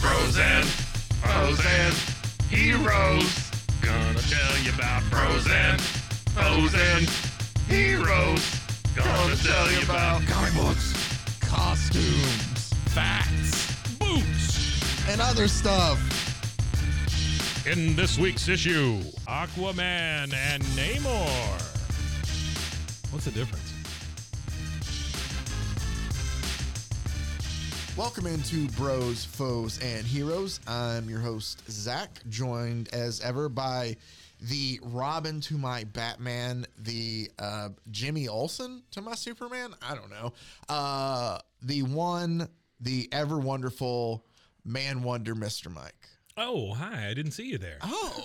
Frozen, frozen heroes. Gonna tell you about frozen, frozen heroes. Gonna tell you about comic books, costumes, facts, boots, and other stuff. in this week's issue Aquaman and Namor. What's the difference? Welcome into Bros, Foes, and Heroes. I'm your host, Zach, joined as ever by the Robin to my Batman, the uh, Jimmy Olsen to my Superman. I don't know. Uh, the one, the ever wonderful Man Wonder, Mr. Mike. Oh, hi. I didn't see you there. Oh,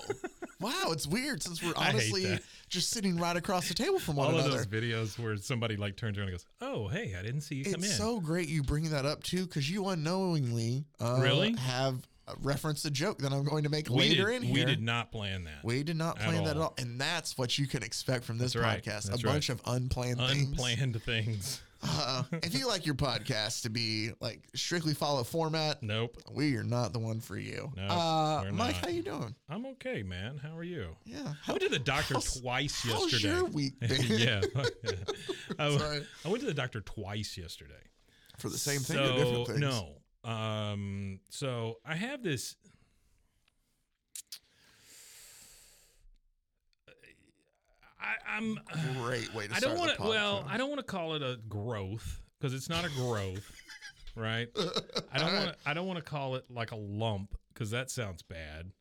wow. It's weird since we're I hate honestly that. just sitting right across the table from one All another. of those videos where somebody like turns around and goes, "Oh, hey, I didn't see you come It's in." so great you bring that up too, because you unknowingly uh, Really? have referenced a joke that I'm going to make we later did, in here. we did not plan that. We did not at plan that at all. all, and that's what you can expect from this That's right. podcast: That's a right. bunch of unplanned, things. Unplanned things. Uh, if you like your podcast to be like strictly follow format, Nope. we are not the one for you. No, uh, we're Mike, not. how you doing? I'm okay, man. How are you? Yeah, I how, went to the doctor how's- twice how's yesterday. your week been? yeah. I, Sorry. I went to the doctor twice yesterday. for the same thing or different things? No. Um, so I have this. I, I'm. Great way to I start don't the want to. Well, podcast. I don't want to call it a growth because it's not a growth, right? I don't want. to I don't want to call it like a lump because that sounds bad.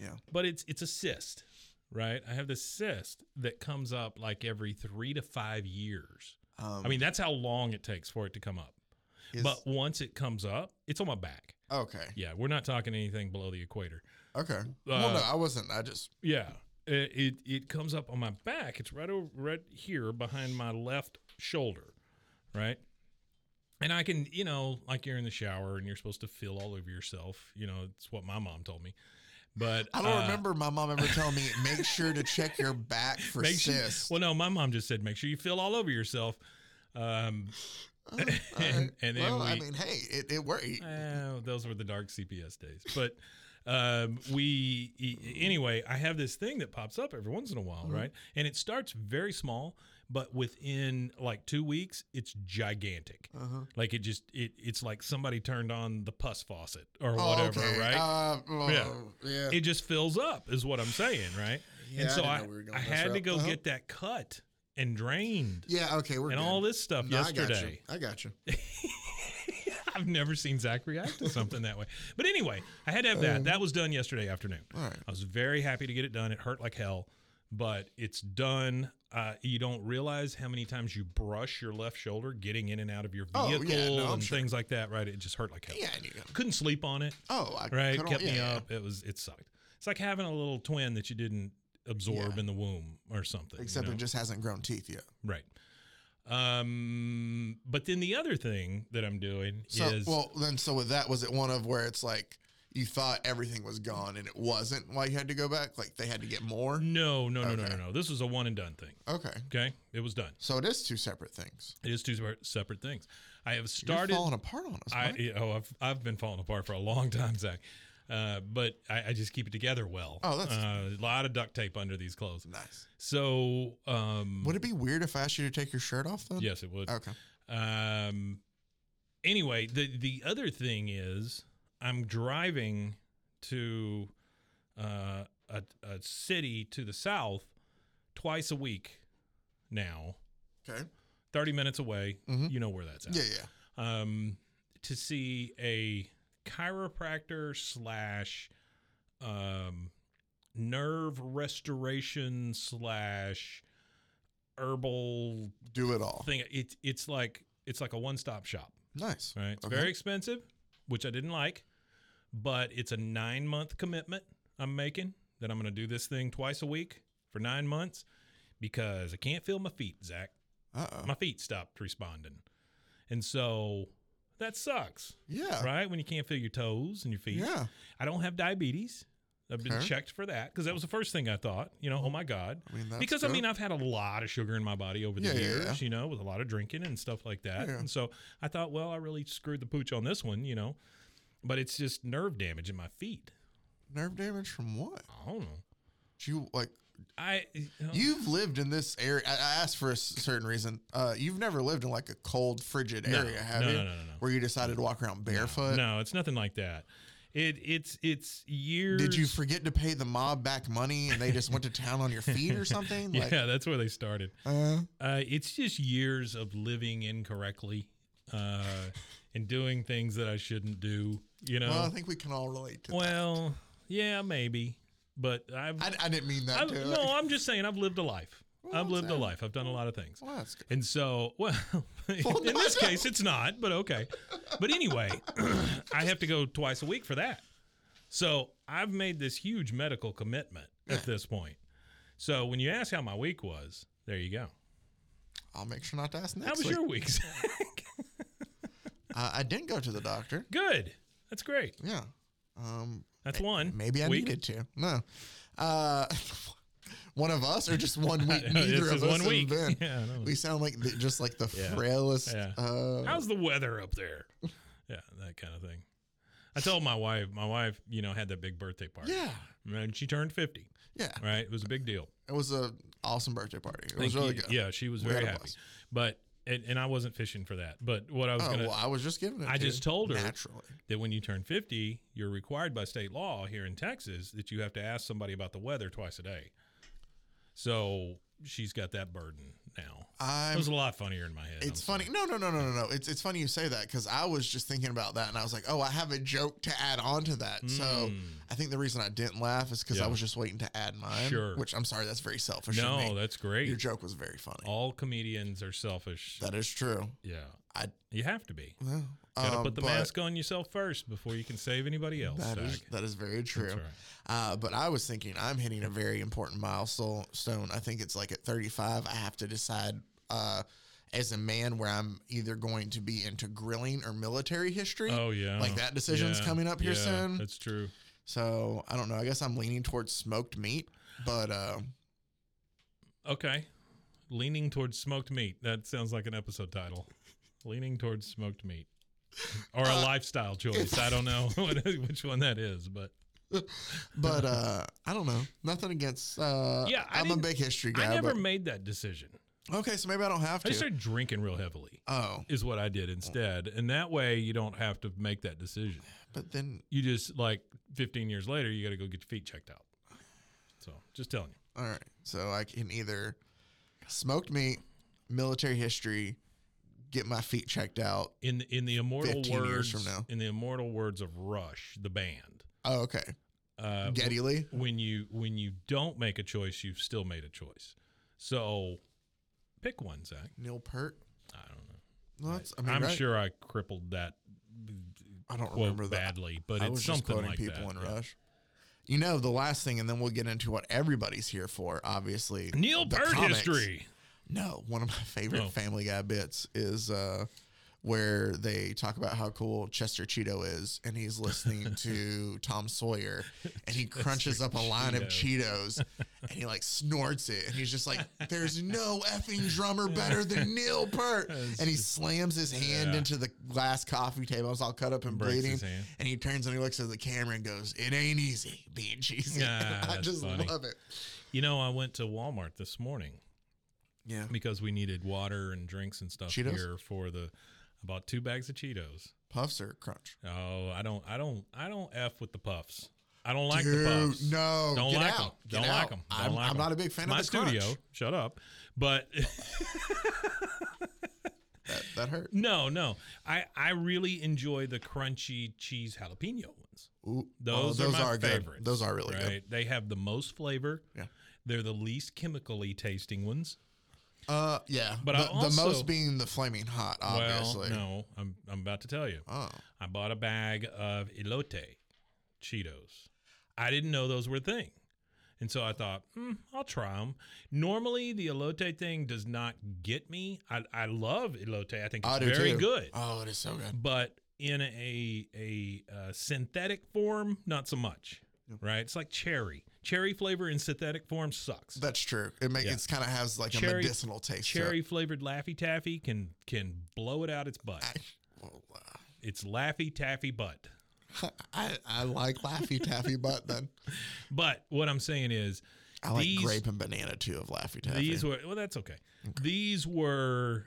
Yeah. But it's it's a cyst, right? I have this cyst that comes up like every three to five years. Um, I mean, that's how long it takes for it to come up. is- But once it comes up, it's on my back. okay, Yeah, we're not talking anything below the equator. okay. well, no, uh, I wasn't. I just Yeah, it it, it comes up on my back. It's right over right here behind my left shoulder, right. And I can, you know, like you're in the shower and you're supposed to feel all over yourself. You know, it's what my mom told me. But I don't uh, remember my mom ever telling me make sure to check your back for Make sure, cysts. well, no, my mom just said make sure you feel all over yourself. Um, Oh, all and- right. and then well, I we- mean, hey, it, it worked. Oh, those were the dark CPS days. But um, we, e- anyway, I have this thing that pops up every once in a while, Mm-hmm. right? And it starts very small, but within like two weeks, it's gigantic. Uh-huh. Like it just, it, it's like somebody turned on the pus faucet or Oh, whatever, okay. right? Uh, well, yeah. Yeah. it just fills up, is what I'm saying, right? Yeah, I and so didn't I, know we were going I this had to route. go Uh-huh. get that cut and drained Yeah, okay, we're and good. all this stuff No, yesterday. I got you. I got I've never seen Zach react to something that way. But anyway, I had to have Uh-huh. that. That was done yesterday afternoon. you. All right. I was very happy to get it done. It hurt like hell, but it's done. Uh, you don't realize how many times you brush your left shoulder getting in and out of your Oh, yeah, vehicle no, I'm and sure. things like that. Right? It just hurt like hell. Yeah, I knew. Couldn't sleep on it. Oh, I Right? cut all- Kept me yeah, yeah. up. It was. It sucked. It's like having a little twin that you didn't absorb Yeah. in the womb or something. you Except know? it just hasn't grown teeth yet. right. Um, but then the other thing that I'm doing So, is well, then, so with that, was it one of where it's like you thought everything was gone and it wasn't? Why you had to go back? Like they had to get more? no, no, no, no, Okay. no, no. This was a one and done thing. Okay, Okay, it was done. so it is two separate things. It is two separ- separate things. I have You're started. falling apart on us. I Mike. yeah, oh, I've I've been falling apart for a long time, Zach. Uh, but I, I just keep it together well. Oh, that's- uh, a lot of duct tape under these clothes. nice. So, um, Mm. Oh. Would it be weird if I asked you to take your shirt off then? yes, it would. Okay. Um, anyway, the the other thing is I'm driving to uh, a a city to the south twice a week now, Okay. thirty minutes away. You know where that's at. Mm-hmm. Yeah, yeah. Um, to see a chiropractor slash um, nerve restoration slash herbal Do it all. thing. It, it's like it's like a one stop shop. Nice. Right. It's Okay. very expensive, which I didn't like, but it's a nine month commitment I'm making that I'm going to do this thing twice a week for nine months because I can't feel my feet, Zach. Uh oh. My feet stopped responding. And so that sucks, Yeah. right? When you can't feel your toes and your feet. Yeah. I don't have diabetes. I've been Okay. checked for that because that was the first thing I thought. You know, oh my god, I mean, that's because I good. mean I've had a lot of sugar in my body over the Yeah, yeah, years. yeah. You know, with a lot of drinking and stuff like that. Yeah. And so I thought, well, I really screwed the pooch on this one. You know, but it's just nerve damage in my feet. Nerve damage from what? I don't know. Did you like I You've lived in this area. I I asked for a s- certain reason. Uh, you've never lived in like a cold, frigid No. area, have No, you? no, no, no, no. Where you decided to walk around barefoot. no, it's nothing like that. It it's it's years. Did you forget to pay the mob back money and they just went to town on your feet or something? Like, yeah, that's where they started. uh, Uh, it's just years of living incorrectly uh, and doing things that I shouldn't do. You know. well, I think we can all relate to Well, yeah, maybe, but I've that. I, I didn't mean that. I, to, no, like- I'm just saying I've lived a life. Well, I've lived a that's- life. I've done a lot of things. well, that's good. And so, well, in no, this no. case, it's not, but okay. But anyway, I have to go twice a week for that. So I've made this huge medical commitment at this point. So when you ask how my week was, there you go. I'll make sure not to ask next. How was week. your week? Zach? Uh, I didn't go to the doctor. Good. That's great. Yeah. Um, That's one. maybe I needed to. No. Uh, one of us or just one week? Neither This of is us one have week. been. Yeah, I know. We sound like the, just like the Yeah. frailest. Yeah. Uh, How's the weather up there? Yeah, that kind of thing. I told my wife, my wife, you know, had that big birthday party. yeah, And she turned 50, yeah. right? It was a big deal. It was a awesome birthday party. It was Thank really you. good. Yeah, she was We very had a happy. blast. But, and, and I wasn't fishing for that. But what I was Oh, going to, well, I was just giving it. I to just you. told her. naturally. that when you turn 50, you're required by state law here in Texas that you have to ask somebody about the weather twice a day. So she's got that burden now. I'm. it was a lot funnier in my head. it's I'm funny. No, no, no, no, no, no. It's it's funny you say that because I was just thinking about that and I was like, oh, I have a joke to add on to that. So I think the reason I didn't laugh is because Hmm. Yeah. I was just waiting to add mine. Sure. Which I'm sorry, that's very selfish. of No, me. that's great. your joke was very funny. All comedians are selfish. that is true. yeah. I- you have to be. Well, Gotta um, put the but- mask on yourself first before you can save anybody else. That is Zach. that is very true. right. Uh, but I was thinking I'm hitting a very important milestone. I think it's like at 35, I have to decide uh, as a man where I'm either going to be into grilling or military history. oh yeah, like that decision's Yeah, coming up here yeah, soon. That's true. So I don't know. I guess I'm leaning towards smoked meat, but uh, Okay, leaning towards smoked meat. That sounds like an episode title. leaning towards smoked meat, or a Uh, lifestyle choice. I don't know what- which one that is, but but uh, I don't know. Nothing against. Uh, Yeah, I I'm a didn't- big history guy. I never but- made that decision. okay, so maybe I don't have I to. just started drinking real heavily. oh, Is what I did instead, and that way you don't have to make that decision. but then You just like 15 years later, you got to go get your feet checked out. So just telling you. All right. So I can either smoked meat, military history, get my feet checked out. in the, in the immortal 15 words years from now. in the immortal words of Rush, the band. Oh, okay. Uh, Geddy Lee. when you when you don't make a choice, you've still made a choice. So pick one, Zach. Neil Peart. I don't know. No, that's, I mean, I'm right? sure I crippled that I don't quote remember that. badly, but I it's was just something quoting like people that. in yeah. Rush. You know, the last thing, and then we'll get into what everybody's here for, obviously. Neil the Peart comics. history. No, one of my favorite Oh. Family Guy bits is uh, where they talk about how cool Chester Cheeto is, and he's listening to Tom Sawyer, and he crunches up a line of Cheetos, and he like snorts it, and he's just like, "There's no effing drummer better than Neil Peart," and he slams his hand Yeah. into the glass coffee table, it's all cut up and Breaks bleeding, his hand. and he turns and he looks at the camera and goes, "It ain't easy being cheesy." Yeah, I that's just funny. love it. You know, I went to Walmart this morning Yeah. because we needed water and drinks and stuff Cheetos? here for the. I bought two bags of Cheetos. Puffs or crunch? Oh, I don't, I don't, I don't f with the puffs. I don't like the puffs. Dude, no, don't get like out, them. get Don't like out. them. I'm- I'm not a big fan of my the crunch. studio. Shut up. But That, that hurt. no, no, I I really enjoy the crunchy cheese jalapeno ones. Ooh, Those, oh, are, my good. favorites. Those are really right? They have the most flavor. Yeah. They're the least chemically tasting ones. good. Uh, yeah, But the, I the also- most being the flaming hot, obviously. Well, no, I'm I'm about to tell you. Oh, I bought a bag of elote Cheetos. I didn't know those were a thing. And so I thought, hmm, I'll try them. Normally, the elote thing does not get me. I, I love elote. I think it's I do very too. good. Oh, it is so good. But in a, a uh, synthetic form, not so much, right? It's like cherry. Cherry flavor in synthetic form sucks. That's true. It makes Yeah. it's kind of has like a Cherry- medicinal taste. cherry To it. flavored Laffy Taffy can, can blow it out its butt. Well, uh, It's Laffy Taffy butt. I, I like Laffy Taffy, but then But what I'm saying is, I like These- grape and banana too of Laffy Taffy. These were well, that's okay. These were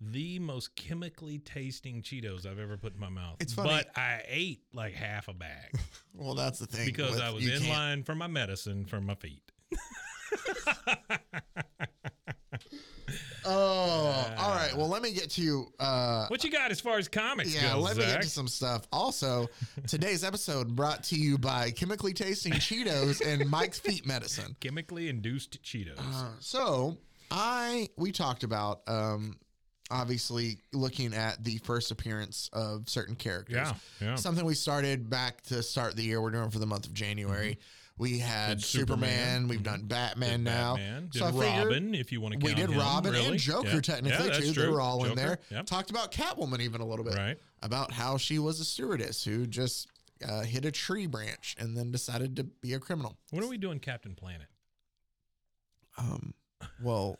the most chemically tasting Cheetos I've ever put in my mouth. It's funny. but I ate like half a bag well, that's the thing because with- I was you in can't- line for my medicine for my feet. Oh, all right. Well, let me get to you. Uh, What you got as far as comics yeah, goes, let me get Zach? to some stuff. Also, today's episode brought to you by chemically tasting Cheetos and Mike's Feet Medicine. Chemically induced Cheetos. Uh, so I we talked about um obviously looking at the first appearance of certain characters. yeah, yeah. Something we started back to start the year. We're doing for the month of January. We had Mm-hmm. Did Superman. Superman. Mm-hmm. We've done Batman Did now. Batman, did So I figured- Robin, if you want to count We did him, Robin really. and Joker Yeah. technically yeah, that's too. True. They were all in Joker, there. Yeah. Talked about Catwoman even a little bit Right. about how she was a stewardess who just uh, hit a tree branch and then decided to be a criminal. When are we doing Captain Planet? Um, well,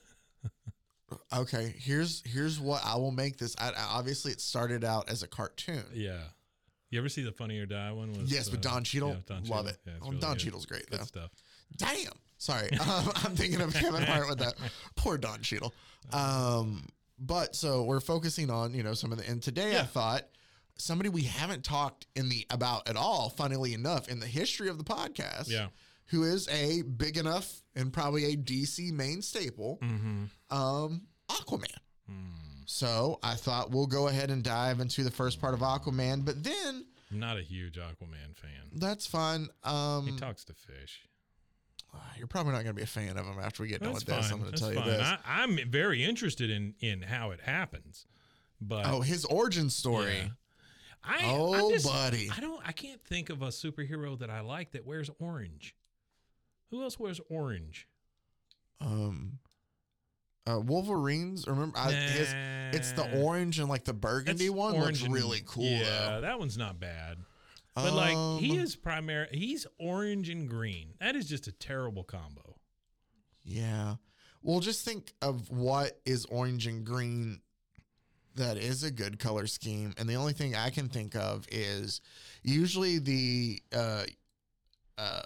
okay. Here's here's what I will make this. I, I- obviously, it started out as a cartoon. Yeah. You ever see the Funny or Die one? Was, Yes, but uh, Don Cheadle, yeah, Don love Cheadle. it. Yeah, it's Oh, really Don good. Cheadle's great Good though. stuff. Damn. Sorry, um, I'm thinking of Kevin Hart with that. Poor Don Cheadle. Um, but so we're focusing on you know some of the. And today I Yeah. thought somebody we haven't talked in the about at all. Funnily enough, in the history of the podcast, Yeah. who is a big enough and probably a DC main staple, Mm-hmm. um, Aquaman. Hmm. So I thought we'll go ahead and dive into the first part of Aquaman, but then I'm not a huge Aquaman fan. that's fine. Um, He talks to fish. You're probably not going to be a fan of him after we get done That's with fine. this. I'm going to That's tell you fine. this. I, I'm very interested in in how it happens, but oh, his origin story. Yeah. I, I'm Oh, just- buddy. I don't. I can't think of a superhero that I like that wears orange. Who else wears orange? Um, uh, Wolverines. Remember, I, his, it's the Nah. orange and like the burgundy That's one orange looks and- really cool Yeah, though. Um, that one's not bad. But like he is primary. He's orange and green. That is just a terrible combo. Yeah. Well, just think of what is orange and green that is a good color scheme. And the only thing I can think of is usually the uh, uh,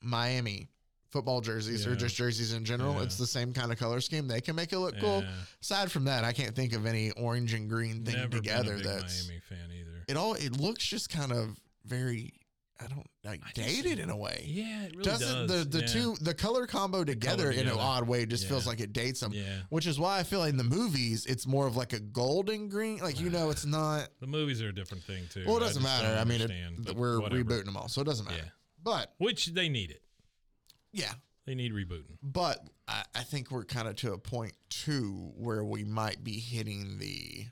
Miami football jerseys or Yeah. just jerseys in general. Yeah. It's the same kind of color scheme. They can make it look cool. Yeah. Aside from that, I can't think of any orange and green thing Never together been a big that's Miami fan either. it all it looks just kind of very I don't like I just- dated in a way Yeah, it really doesn't does. the the yeah. two the color combo together, in an together. odd way just feels Yeah. like it dates them Yeah. which is why i feel like in the movies it's more of like a golden green like you know it's not The movies are a different thing too. well I it doesn't just don't matter i mean it, understand, but we're whatever. rebooting them all so it doesn't matter Yeah. but which they need it. yeah They need rebooting. but i, I think we're kind of to a point too where we might be hitting the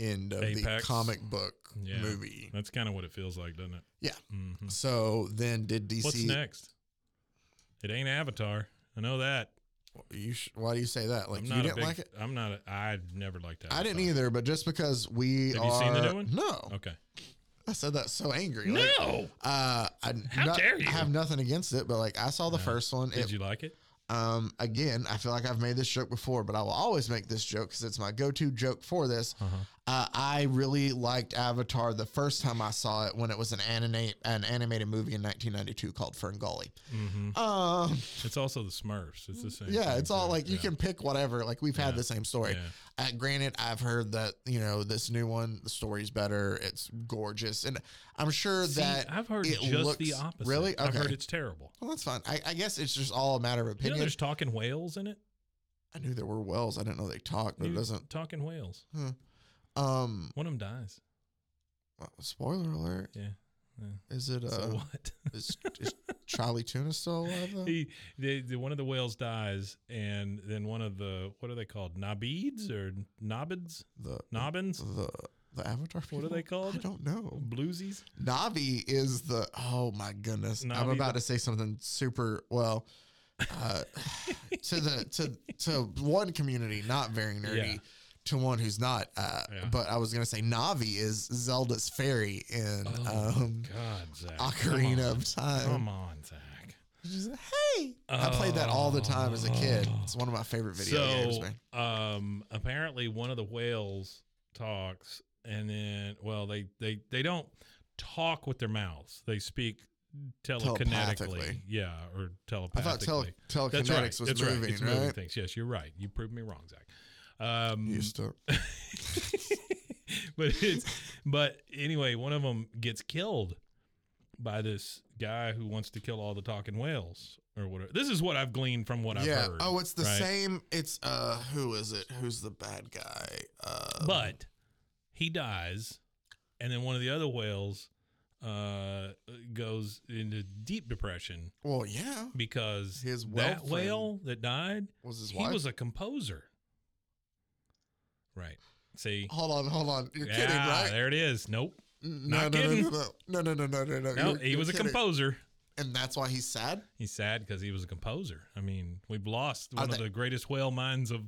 end of Apex. the comic book Yeah. movie That's kind of what it feels like, doesn't it? yeah hmm so then did dc What's next? It ain't Avatar. I know that. you sh- why do you say that like I'm you not a didn't big, like it I'm not. A, I never liked Avatar. I didn't either, but just because we Have are you seen the new one? no, Okay. I said that so angry. like, No. uh, I, How no- dare you? I have nothing against it, but like I saw the No. first one. Did It, you like it? um, again, I feel like I've made this joke before, but I will always make this joke because it's my go-to joke for this. Uh-huh. Uh, I really liked Avatar the first time I saw it when it was an anime, an animated movie in 1992 called Ferngully. Mm-hmm. Um, It's also the Smurfs. It's the same. yeah, thing, it's all too. like you Yeah. can pick whatever. Like we've had Yeah. the same story. Yeah. Uh, granted, I've heard that you know this new one, the story's better. It's gorgeous, and I'm sure See, that I've heard it just looks- the opposite. Really? Okay. I've heard it's terrible. well, that's fine. I, I guess it's just all a matter of You know, opinion. there's talking whales in it. I knew there were wells. I didn't know they talked, but it New doesn't. talking whales. Um, uh, One of them dies. spoiler alert. Yeah. yeah. Is it uh, uh. So what? is, is Charlie Tuna still alive though? He, the, the, one of the whales dies, and then one of the what are they called? Nabids or nobids? The Nobbins? the the Avatar. People? What are they called? I don't know. Bluesies? Navi is the oh my goodness. I'm Navi- about to say something super well. Uh, to the to to one community not very nerdy, Yeah. to one who's not. Uh, Yeah. But I was gonna say Navi is Zelda's fairy in um, Oh, God, Zach. Ocarina come on. of Time. Come on, Zach. She's like, hey, I played that all the time as a kid. It's one of my favorite video games, man. Oh. so, um, apparently one of the whales talks, and then well, they they they don't talk with their mouths. They speak telekinetically, Telepathically. yeah, or I telepathically. thought tele- telekinetics That's right. was That's right. moving, It's right? moving things. Yes, you're right. You proved me wrong, Zach. Um, Used to. but it's but anyway, one of them gets killed by this guy who wants to kill all the talking whales or whatever. This is what I've gleaned from what yeah. I've heard. oh, it's the right? same. It's uh, who is it? Who's the bad guy? Uh, But he dies, and then one of the other whales uh, goes into deep depression well, yeah, because His whale that friend whale that died was his he wife. was a composer. Right. See. hold on, hold on. Oh, You're kidding, Yeah, right? There it is. Nope. No, Not no, kidding. no, no, no, no, no, no, no, no. No, You're- he you're was a kidding. composer. and that's why he's sad. He's sad because he was a composer. I mean, we've lost Are one of they- the greatest whale minds of.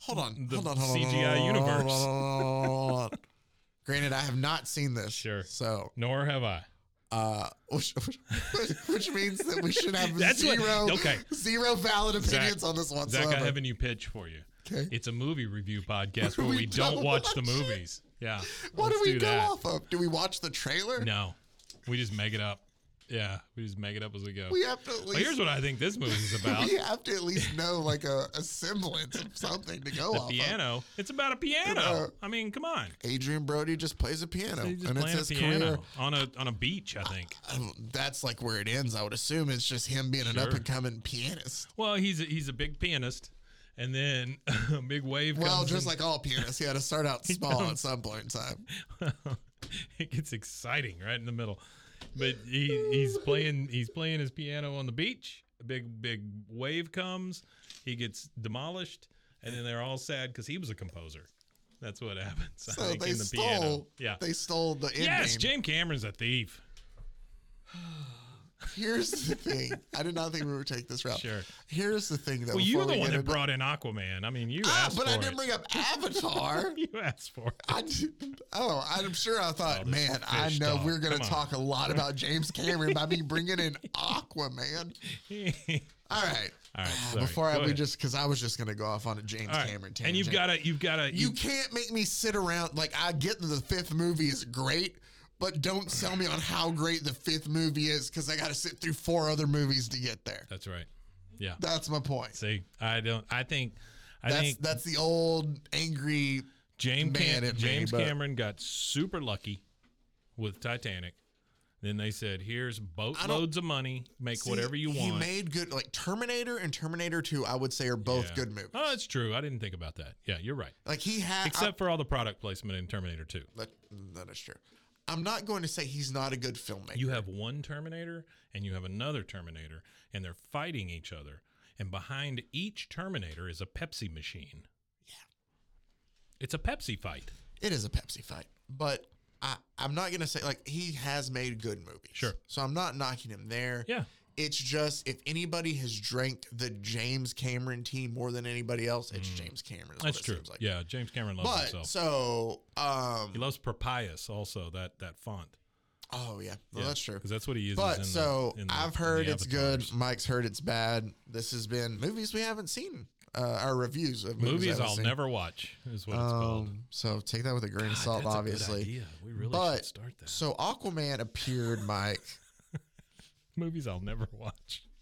Hold on, The hold on, hold on, hold CGI on, hold on, universe. hold on, hold on. Granted, I have not seen this. Sure. So Nor have I. Uh, which, which- which means that we should have That's what- zero, okay. zero valid opinions Zach- on this Zach, whatsoever. I have a new pitch for you. Okay. It's a movie review podcast where We we, don't, don't watch the watch it. movies. Yeah. what do let's we go that. off of? Do we watch the trailer? No, we just make it up. Yeah, we just make it up as we go. We have to at well, here's least. what I think this movie is about. we have to at least know like a, a semblance of something to go the off of. piano. It's about a piano. Uh, I mean, come on. Adrian Brody just plays a piano, He's just and it's playing a his career. piano on a on a beach, I think. I don't- That's like where it ends. I would assume it's just him being an Sure. up and coming pianist. Well, he's a, he's a big pianist, and then a big wave. Well, comes just and- like all pianists, he had to start out small at some point in time. it gets exciting right in the middle. But he, he's playing he's playing his piano on the beach. A big big wave comes. He gets demolished, and then they're all sad because he was a composer. That's what happens. I So think, they in the piano. stole. Yeah. They stole the end yes, game. James Cameron's a thief. Here's the thing. I did not think we would take this route. Sure. Here's the thing, though. Well, you're before the we one get that into- brought in Aquaman. I mean, you Ah, asked but for I didn't it. bring up Avatar. you asked for it. I did- oh, I'm sure I thought, this man, I fish know talk. we're going to Come on. talk a lot about James Cameron by me bringing in Aquaman. All right. All right, Ah, sorry. Before I Go we ahead. just because I was just going to go off on a James all right, Cameron tangent. and you've got to you've got to You can't make me sit around like I get that the fifth movie is great, but don't sell me on how great the fifth movie is because I got to sit through four other movies to get there. That's right. Yeah. That's my point. See, I don't. I think. I that's think that's the old angry. James mad Cam- at me, James but- Cameron got super lucky with Titanic. Then they said, "Here's boatloads of money. Make whatever you He want." made good like Terminator and Terminator Two. I would say are both Yeah. good movies. Oh, that's true. I didn't think about that. Yeah, you're right. like he had. Except for all the product placement in Terminator 2. I, that- that is true. I'm not going to say he's not a good filmmaker. You have one Terminator and you have another Terminator, and they're fighting each other. And behind each Terminator is a Pepsi machine. Yeah, it's a Pepsi fight. it is a Pepsi fight, but I I'm not going to say like he has made good movies. Sure. So I'm not knocking him there. Yeah. It's just if anybody has drank the James Cameron tea more than anybody else, it's James Cameron. is what Mm. That's it true. seems like. Yeah, James Cameron loves But himself. so um He loves Propius also that that font. oh yeah, well, that's true. Because that's what he uses. But in so the, in the, I've in the heard it's good. avatars. Mike's heard it's bad. This has been movies we haven't seen. uh, our reviews of movies, Movies I haven't I'll seen. never watch is what it's called. Ah, Um, so take that with a grain of salt, That's a good obviously. idea. We really should But- start that. So Aquaman appeared, Mike. Movies I'll never watch.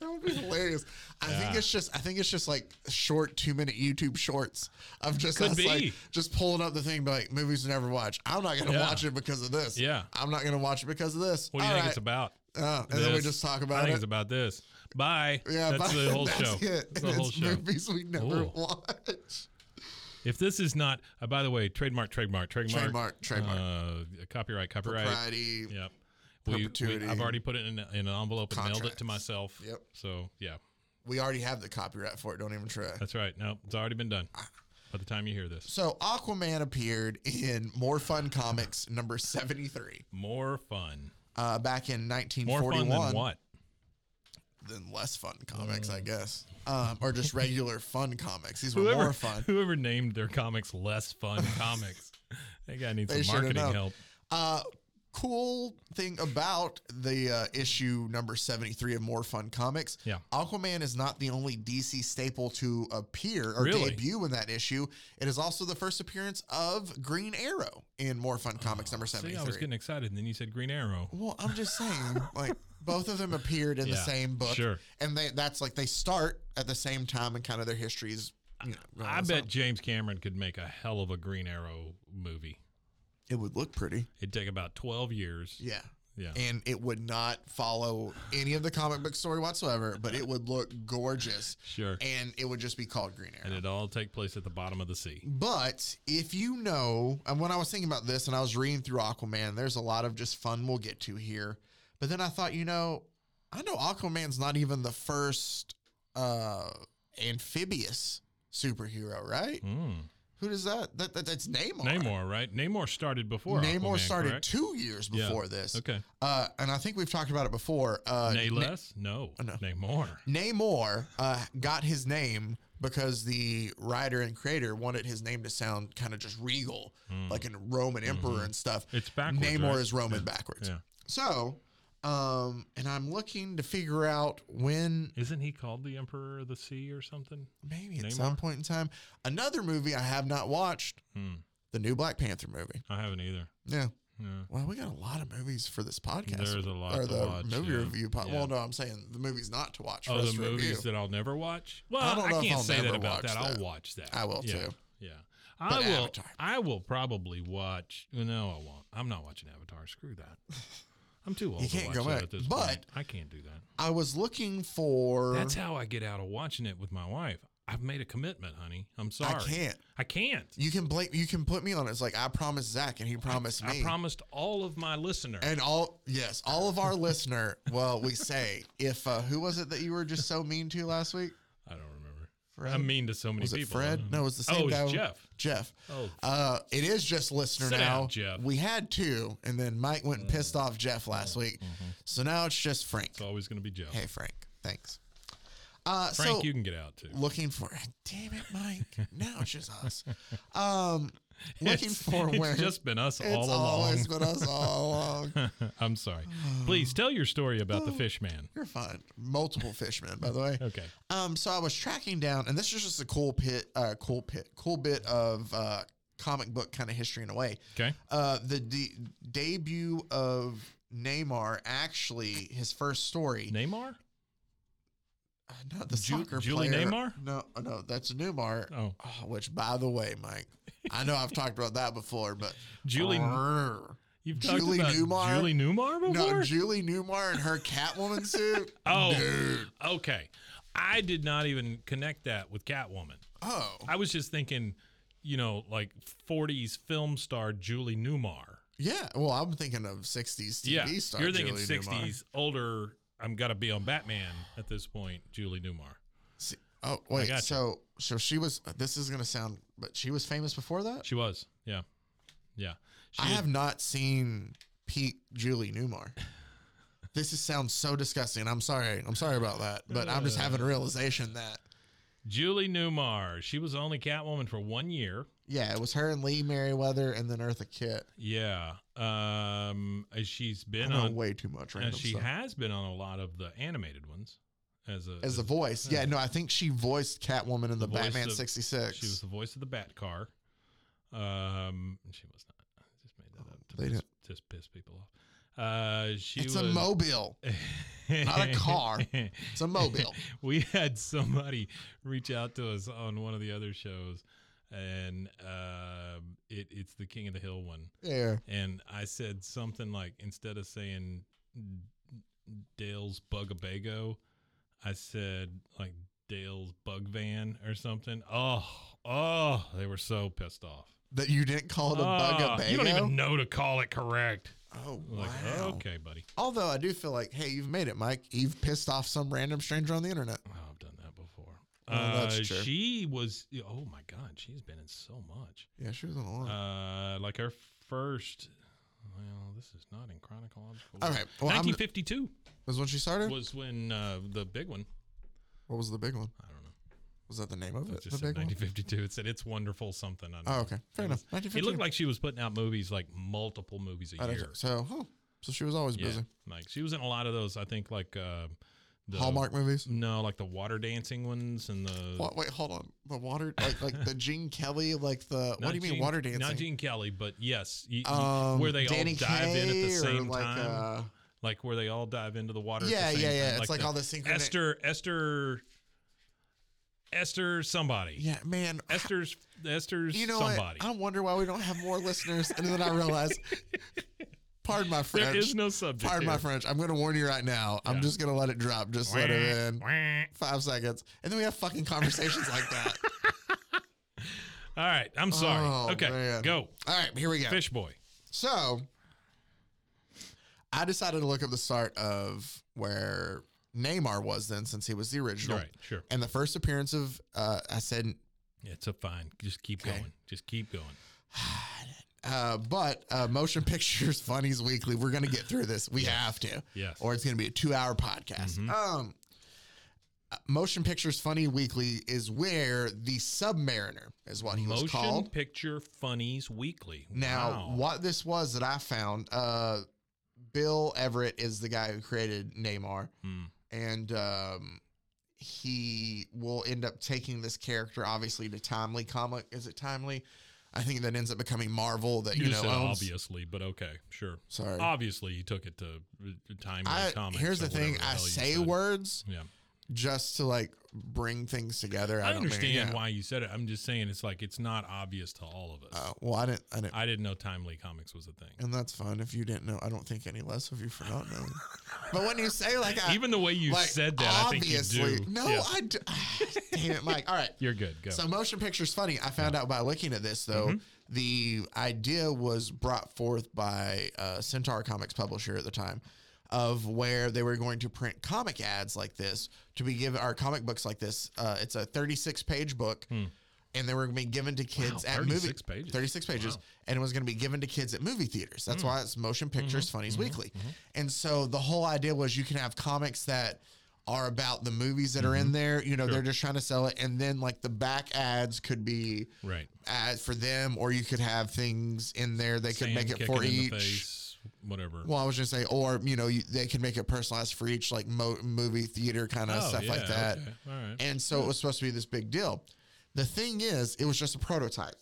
That would be hilarious. I think Yeah. it's just I think it's just like short two minute YouTube shorts of just Could us like be. just pulling up the thing be like movies to never watch. I'm not gonna Yeah. watch it because of this. Yeah. I'm not gonna watch it because of this. What do you All think it's right. about? Uh, and then we This. just talk I about think it. it's about this. Bye. yeah, that's but the whole that's show. It. That's And the whole it's show. movies we never Ooh. watch. If this is not, uh, by the way, trademark, trademark, trademark, Trademark, trademark. uh, copyright, copyright. Propriety. Yep. We, we, Perpetuity. I've already put it in, in an envelope and mailed it Contracts. to myself. Yep. So yeah, We already have the copyright for it. Don't even try. that's right. No, it's already been done. Ah. By the time you hear this, So Aquaman appeared in More Fun Comics number seventy three more fun. uh, back in nineteen More forty fun than one. what? than less fun comics, I guess, um, or just regular fun comics. These were Whoever, more fun. whoever named their comics less fun comics, that guy needs They some should have marketing known. help. Uh, cool thing about the uh, issue number seventy three of More Fun Comics, Yeah. Aquaman is not the only DC staple to appear or Really? debut in that issue. It is also the first appearance of Green Arrow in More Fun Comics number seventy Oh, See, I was three. getting excited, and then you said Green Arrow. Well, I'm just saying, like both of them appeared in the Yeah, same book, sure. and they that's like they start at the same time and kind of their histories. You know, going I on. bet James Cameron could make a hell of a Green Arrow movie. it would look pretty. It'd take about twelve years. Yeah. Yeah. And it would not follow any of the comic book story whatsoever, but it would look gorgeous. Sure. And it would just be called Green and Arrow. it'd all take place at the bottom of the sea. But if you know, and when I was thinking about this and I was reading through Aquaman, there's a lot of just fun we'll get to here. But then I thought, you know, I know Aquaman's not even the first uh amphibious superhero, right? Mm. Who does that? that, that that's Namor. Hmm. Namor, right? Namor started before. Namor Aquaman, started correct? two years Yeah. before this. Okay. Uh, and I think we've talked about it before. Uh, Na- Nayless? No. Oh, no. Namor. Namor uh, got his name because the writer and creator wanted his name to sound kind of just regal, like a Roman emperor and stuff. Hmm. Mm-hmm. It's backwards, Namor right? is Roman backwards. Yeah. So, um, and I'm looking to figure out when, Isn't he called the Emperor of the Sea or something? maybe Namor? at some point in time, another movie I have not watched, Hmm. the new Black Panther movie. I haven't either. Yeah. Yeah. Well, we got a lot of movies for this podcast. There's a lot Or to the watch, movie yeah. review. Po- Yeah. Well, no, I'm saying the movies not to watch. For Oh, us the to movies review. that I'll never watch. Well, I don't know if can't I'll say that never about watch that. that. I'll watch that. I will, yeah. too. Yeah. I But will. Avatar. I will probably watch. No, I won't. I'm not watching Avatar. Screw that. I'm too old. You can't to watch go that back, At this point. but- I can't do that. I was looking for. That's how I get out of watching it with my wife. I've made a commitment, honey. I'm sorry. I can't. I can't. You can blame. You can put me on it. It's like I promised Zach, and he promised me. I promised all of my listeners. And all yes, all of our listener. Well, we say if uh, who was it that you were just so mean to last week? I don't remember. Fred? I'm mean to so many Was it people. Fred? No, it was the same oh, guy. It's with- Jeff. Jeff. Oh, Uh, it is just listener Sit now. down, Jeff. Mm. Oh, We had two, and then Mike went and pissed off Jeff last week. mm-hmm. So now it's just Frank. it's always going to be Jeff. Hey, Frank. Thanks. Uh, Frank, so you can get out too. looking for. Damn it, Mike. now it's just us. Um, looking It's- for it's when just been us it's all always along. been us all along. I'm sorry. Please tell your story about the fish man. You're fine. Multiple fishmen, by the way. Okay. Um, so I was tracking down, and this is just a cool pit, uh, cool pit, cool bit of uh, comic book kind of history in a way. Okay. Uh, the de- debut of Neymar, actually, his first story, Neymar? uh, not the Ju- soccer Julie player. Neymar? No, no, that's Neymar. Oh. Oh, which, by the way, Mike, I know I've talked about that before, but Julie- Grrr. You've Julie talked about Newmar? Julie Newmar before? no, Julie Newmar and her Catwoman suit. oh, Dude. okay. I did not even connect that with Catwoman. Oh, I was just thinking, you know, like 40s film star Julie Newmar. yeah. Well, I'm thinking of 60s TV yeah, star. you're thinking Julie 60s Newmar. older. I'm gotta be on Batman at this point. Julie Newmar. See- Oh wait, gotcha. so so she was. This is gonna sound, but she was famous before that. She was. Yeah, yeah. She I is- have not seen peak Julie Newmar. this is, sounds so disgusting. I'm sorry. I'm sorry about that, but I'm just Uh. having a realization that Julie Newmar. She was only Catwoman for one year. yeah, it was her and Lee Merriweather and then Eartha Kitt. Yeah. Um. She's been I know on. way too much uh, random she stuff. has been on a lot of the animated ones. as a as the voice. Yeah, no, I think she voiced Catwoman in the, voice Batman of- sixty six. She was the voice of the Bat Car. Um, she was not. I just made that up to they piss, don't- just piss people off. Uh, she It's was a mobile. not a car. It's a mobile. we had somebody reach out to us on one of the other shows, and uh, it, it's the King of the Hill one. Yeah. And I said something like instead of saying Dale's Bugabago, I said like Dale's Bug Van or something. Oh, oh, they were so pissed off. That you didn't call it a Ah, Oh, bug you don't even know to call it correct. Oh I'm Like, wow. okay, buddy. Although I do feel like, hey, you've made it, Mike. You've pissed off some random stranger on the internet. Oh, I've done that before. Oh, that's Uh, true. She was. Oh my God, she's been in so much. Yeah, she was on a lot. Uh, like her first. Well, this is not in chronological. All order. right. Well, I'm- 1952 was when she started. was when uh, the big one. what was the big one? I don't know. Was that the name of It it? just the said big one. 1952. It said it's wonderful something. I don't Oh, know. okay. Fair It enough. was- It 1952. looked like she was putting out movies like multiple movies a I don't year. know. So, oh, so she was always Yeah, busy. like she was in a lot of those. I think like uh, the Hallmark movies. No, like the water dancing ones and the. What? Wait, hold on. The water, like, like the Gene Kelly, like the. What not do you mean Gene- water dancing? Not Gene Kelly, but yes, y- y- Um, where they Danny all dive in at the Kaye or same like, time, uh, like where they all dive into the water. at the yeah, same yeah, yeah. time, It's like the all the synchronous. Esther, Esther, Esther, somebody. Yeah, man. I- Esther's, Esther's, You know somebody. what? I wonder why we don't have more listeners. And then I realize, pardon my French. there is no subject. pardon my here. French. I'm going to warn you right now. I'm Yeah. just going to let it drop. Just let it in. Wah. Five seconds. And then we have fucking conversations like that. All right, I'm sorry. Oh, okay, man. go, All right, here we go. fish boy. So I decided to look up the start of where Neymar was then, since he was the original. Right, sure. And the first appearance of, uh, I said, It's a fine. Just keep Okay. going. Just keep going. uh, but uh, Motion Pictures Funnies Weekly, we're going to get through this. We have to. Yes. Or it's going to be a two hour podcast. Mm-hmm. Um, uh, Motion Pictures Funny Weekly is where the Submariner is what he Motion was called. Picture Funnies Weekly. Now, wow. what this was that I found, uh, Bill Everett is the guy who created Neymar, Hmm. and um, he will end up taking this character, obviously, to Timely comic. Is it Timely? I think that ends up becoming Marvel. That you, You know, said owns. obviously, but okay, sure. Sorry, Obviously, you took it to uh, time. I, comics here's or the thing: whatever I hell you say said. words Yeah, just to like bring things together. I, I, don't mean- understand yeah. why you said it. I'm just saying it's like it's not obvious to all of us. Uh, well, I didn't, I didn't, I didn't know Timely Comics was a thing. and that's fine if you didn't know. I don't think any less of you for not knowing. but when you say like, I, Even the way you like, said that, I think you obviously- do. No, Yeah. I do. Damn it, Mike. All right. you're good. Mm-hmm. Go. So motion pictures funny. I found out by looking at this though. The idea was brought forth by uh, Centaur Comics publisher at the time, of where they were going to print comic ads like this to be given our comic books like this. Uh, it's a 36 page book. Hmm. And they were going to be given to kids Wow, at movie 36 pages. Hmm. 36 pages, and it was going to be given to kids at movie theaters. That's why it's Motion Pictures Funnies Weekly. And so the whole idea was you can have comics that are about the movies that Hmm. are in there. You know, they're just trying to sell it, and then like the back ads could be right. ads for them, or you could have things in there. They could Sand make it kicking for in the each. face, whatever. Well, I was just say, or you know, you, they could make it personalized for each like mo- movie theater kind of Oh, stuff like yeah, that. okay. All right. And so it was supposed to be this big deal. The thing is, it was just a prototype.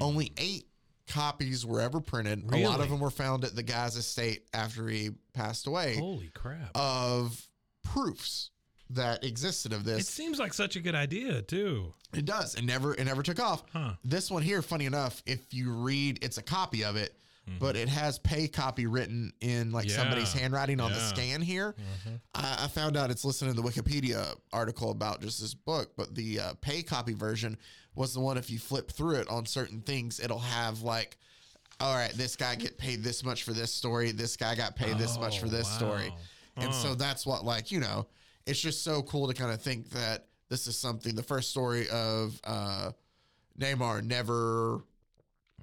Only eight copies were ever printed. A lot Hmm. Really? of them were found at the guy's estate after he passed away Holy crap! uh, of proofs that existed of it this. seems like such a good idea too. It does. It never it never took off. Huh. This one here, funny enough, if you read it's a copy of it, but it has pay copy written in like somebody's Mm-hmm. Yeah. handwriting on the Yeah. Mm-hmm. scan here. I, I found out it's listed in the Wikipedia article about just this book, but the uh, pay copy version was the one if you flip through it on certain things, it'll have like all right, this guy get paid this much for this story. This guy got paid this much Oh, for this story. wow. And so that's what, like, you know, it's just so cool to kind of think that this is something. The first story of uh, Neymar never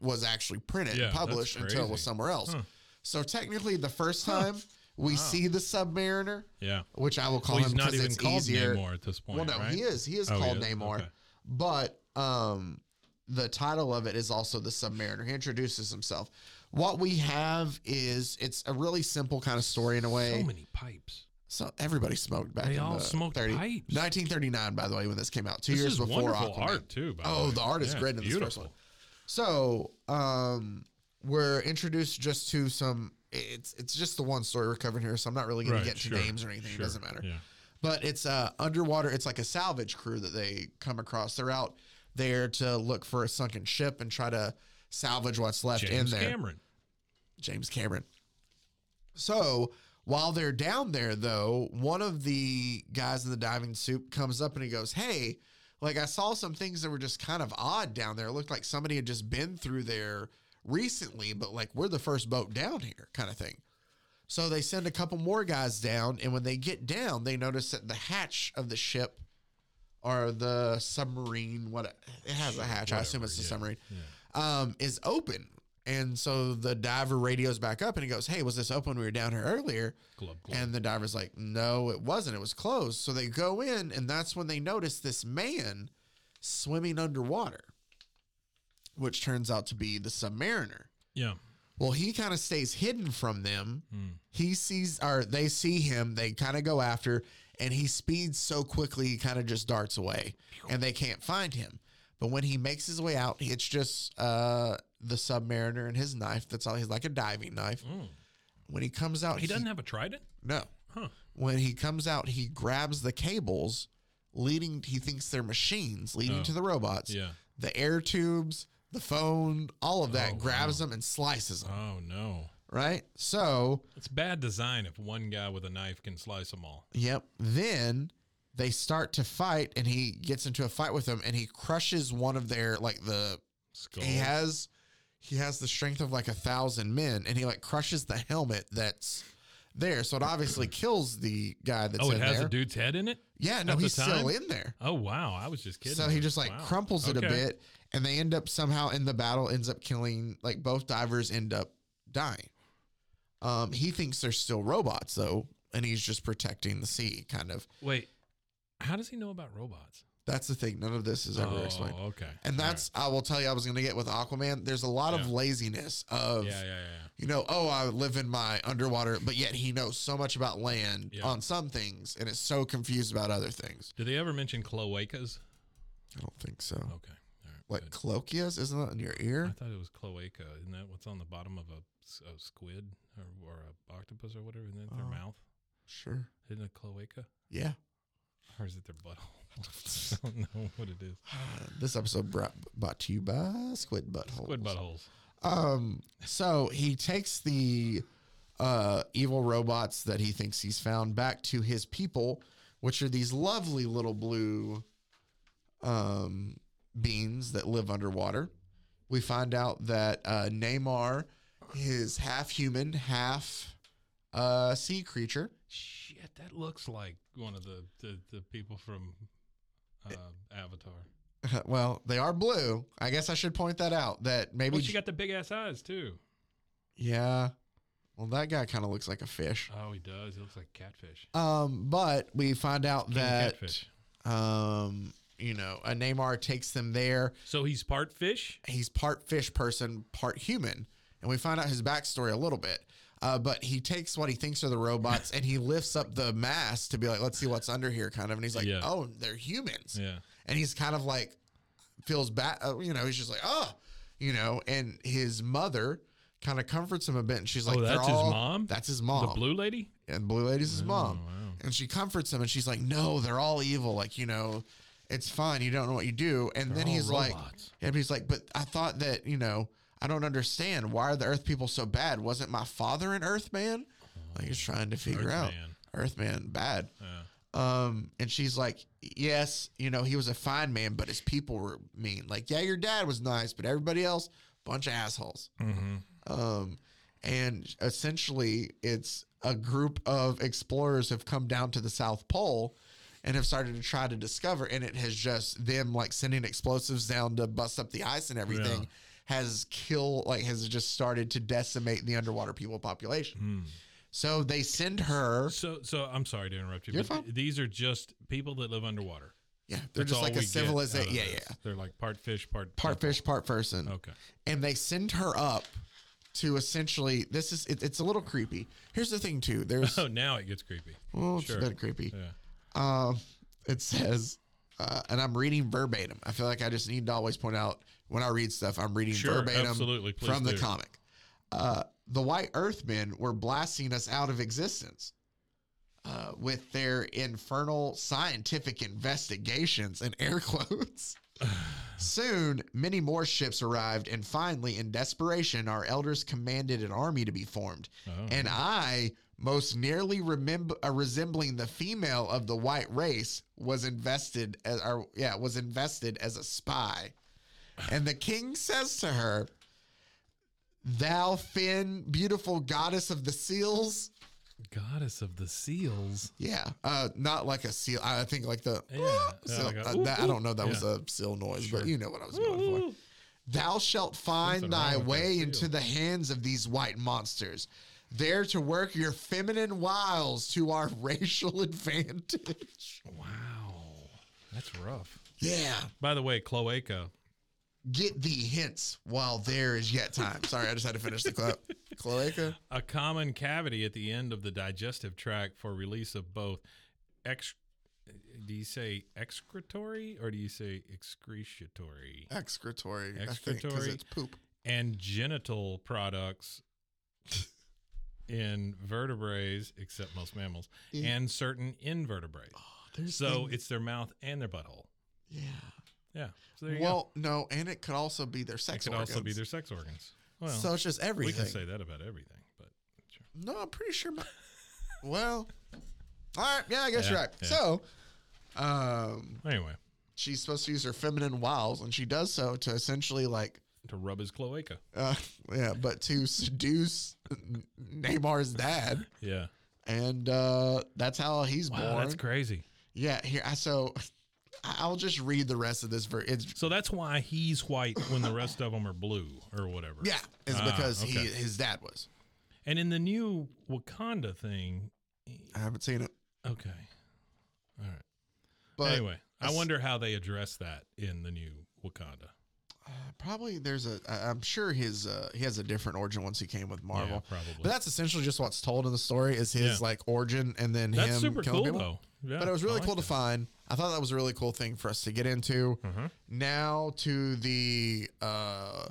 was actually printed Yeah, and that's published until it was crazy. somewhere else. So technically, the first time we see the Submariner, Yeah. which I will call Well, he's him not because even it's called easier. Namor at this point. Well, no, right? he is. He is Oh, he called is? Namor, Okay. but um, the title of it is also the Submariner. He introduces himself. What we have is it's a really simple kind of story in a way. So many pipes. So everybody smoked back. They in all the smoked 30 pipes. 1939, by the way, when this came out, two This years is before wonderful Aquaman. art too. By Oh, the, way. the art is Yeah, great in this first beautiful. one. So, um, we're introduced just to some. It's it's just the one story we're covering here, so I'm not really going Right, to get into sure, names or anything. sure, It doesn't matter. yeah. But it's uh, underwater. It's like a salvage crew that they come across. They're out there to look for a sunken ship and try to salvage what's left James in there. Cameron. James Cameron. So while they're down there, though, one of the guys in the diving suit comes up and he goes, Hey, like I saw some things that were just kind of odd down there. It looked like somebody had just been through there recently, but like we're the first boat down here, kind of thing. So they send a couple more guys down, and when they get down, they notice that the hatch of the ship or the submarine, what it has a hatch, I assume it's the submarine, um, is open. And so the diver radios back up and he goes, Hey, was this open? when We were down here earlier. Glub, glub. And the diver's like, No, it wasn't. It was closed. So they go in, and that's when they notice this man swimming underwater, which turns out to be the submariner. Yeah. Well, he kind of stays hidden from them. Hmm. He sees, or they see him. They kind of go after, and he speeds so quickly, he kind of just darts away, and they can't find him. But when he makes his way out, it's just uh, the submariner and his knife. That's all. He's like a diving knife. When he comes out, Mm. He doesn't have a trident. no. When he comes out, he grabs the cables leading, he thinks they're machines leading to the robots. Oh. Yeah. The air tubes, the phone, all of that, Oh, grabs them and slices them, Oh no. right? So, It's bad design if one guy with a knife can slice them all. yep. Then they start to fight and he gets into a fight with them and he crushes one of their, like the, Skull. he has. He has the strength of like a thousand men, and he like crushes the helmet that's there. So it obviously kills the guy that's oh, in it has there. a dude's head in it. Yeah, no, at the he's still time? in there. Oh wow, I was just kidding. So he just like Wow. crumples it a Okay. bit, and they end up somehow in the battle ends up killing like both divers end up dying. Um, he thinks they're still robots though, and he's just protecting the sea. Kind of Wait, how does he know about robots? that's the thing. None of this is ever oh, explained. okay. And All right. that's I will tell you I was going to get with Aquaman. There's a lot of Yeah. laziness of yeah, yeah, yeah. you know oh I live in my underwater, but yet he knows so much about land Yeah. on some things and is so confused about other things. Do they ever mention cloacas? I don't think so. Okay. All right. Like Oh, good. cloakias, isn't that in your I ear? thought it was cloaca. Isn't that what's on the bottom of a, s- a squid or, or a octopus or whatever? Isn't that their Oh. mouth? Sure. Isn't it cloaca? Yeah. Or is it their butthole? I don't know what it is. Uh, This episode brought, brought to you by Squid Butthole. Squid buttholes. Um, so he takes the uh, evil robots that he thinks he's found back to his people, which are these lovely little blue um, beings that live underwater. We find out that uh, Neymar is half human, half uh, sea creature. Shit, that looks like one of the the, the people from uh, Avatar. well, they are blue. I guess I should point that out. That maybe Well, she got the big ass eyes too. Yeah. Well, that guy kind of looks like a fish. Oh, he does. He looks like catfish. Um, but we find out King that catfish. um, you know, a Neymar takes them there. So he's part fish. He's part fish person, part human, and we find out his backstory a little bit. Uh, but he takes what he thinks are the robots and he lifts up the mask to be like, let's see what's under here, kind of. And he's like, Yeah. oh, they're humans. Yeah. And he's kind of like, feels bad. Uh, you know, he's just like, oh, you know, and his mother kind of comforts him a bit. And she's like, oh, "They're that's his all- mom. That's his mom. The blue lady. and Blue Lady's his mom. Oh, wow. And she comforts him and she's like, No, they're all evil. Like, you know, it's fine. You don't know what you do. And then all he's robots. like, and he's like, But I thought that, you know, I don't understand. Why are the Earth people so bad? Wasn't my father an Earthman? Like, he's trying to figure out Earthman. Earthman bad. Yeah. Um, and she's like, Yes, you know, he was a fine man, but his people were mean. Like, yeah, your dad was nice, but everybody else, bunch of assholes. Mm-hmm. Um, and essentially, it's a group of explorers have come down to the South Pole and have started to try to discover. And it has just them like sending explosives down to bust up the ice and everything has kill like has just started to decimate the underwater people population. Hmm. So they send her. So so I'm sorry to interrupt you. You're but th- these are just people that live underwater. Yeah, they're That's just all like a we get out civilization. of Yeah, this. yeah. They're like part fish, part Part people. fish, part person. Okay. and they send her up to essentially this is it, it's a little creepy. Here's the thing too. There's Oh, now it gets creepy. well, it's sure. a bit creepy. Yeah. Um, it says, uh, and I'm reading verbatim. I feel like I just need to always point out when I read stuff, I'm reading Sure, verbatim absolutely. Please from the do. comic. Uh, the white Earthmen were blasting us out of existence uh, with their infernal scientific investigations and air quotes. Soon, many more ships arrived, and finally, in desperation, our elders commanded an army to be formed Oh. and I, most nearly remember uh, resembling the female of the white race, was invested as or yeah was invested as a spy, and the king says to her, "Thou Finn, beautiful goddess of the seals." Goddess of the seals. Yeah, uh, not like a seal. I think like the Yeah, yeah, seal. like a uh, ooh, that, I don't know. That was Yeah. a seal noise, Sure. but you know what I was going for. Thou shalt find Something thy wrong with that way seal. into the hands of these white monsters, there to work your feminine wiles to our racial advantage. Wow. That's rough. Yeah. By the way, cloaca. Get thee hence while there is yet time. Sorry, I just had to finish the clip. Cloaca? A common cavity at the end of the digestive tract for release of both ex. Do you say excretory or do you say excretory Excretory. Because Excretory. it's poop. and genital products in vertebrates, except most mammals, Yeah. and certain invertebrates? Mm. Oh, There's So things- it's their mouth and their butthole. Yeah. Yeah. So there you Well, no, and it could also be their go. It sex could organs. also be their sex organs. Well, so it's just we everything. can say that about everything, but sure. No, I'm pretty sure. My, well, all right. Yeah, I guess you're Yeah, right. yeah. So, um, anyway, she's supposed to use her feminine wiles, and she does so to essentially like, to rub his cloaca. uh, yeah, but to seduce N- Neymar's dad, Yeah. and uh, that's how he's Wow, born. that's crazy. Yeah. Here, I so I- I'll just read the rest of this. Ver- it's So that's why he's white when the rest of them are blue or whatever. yeah, it's Ah, because he okay. his dad was. And in the new Wakanda thing, I haven't seen it, okay. All right. but anyway, I that's- wonder how they address that in the new Wakanda. Probably there's a. I- I'm sure his uh, he has a different origin once he came with Marvel. probably. But that's essentially just what's told in the story is his Yeah. like origin and then That's him super killing cool people. though. Yeah, but it was really I like cool to that. find. I thought that was a really cool thing for us to get into. Mhm. Now to the uh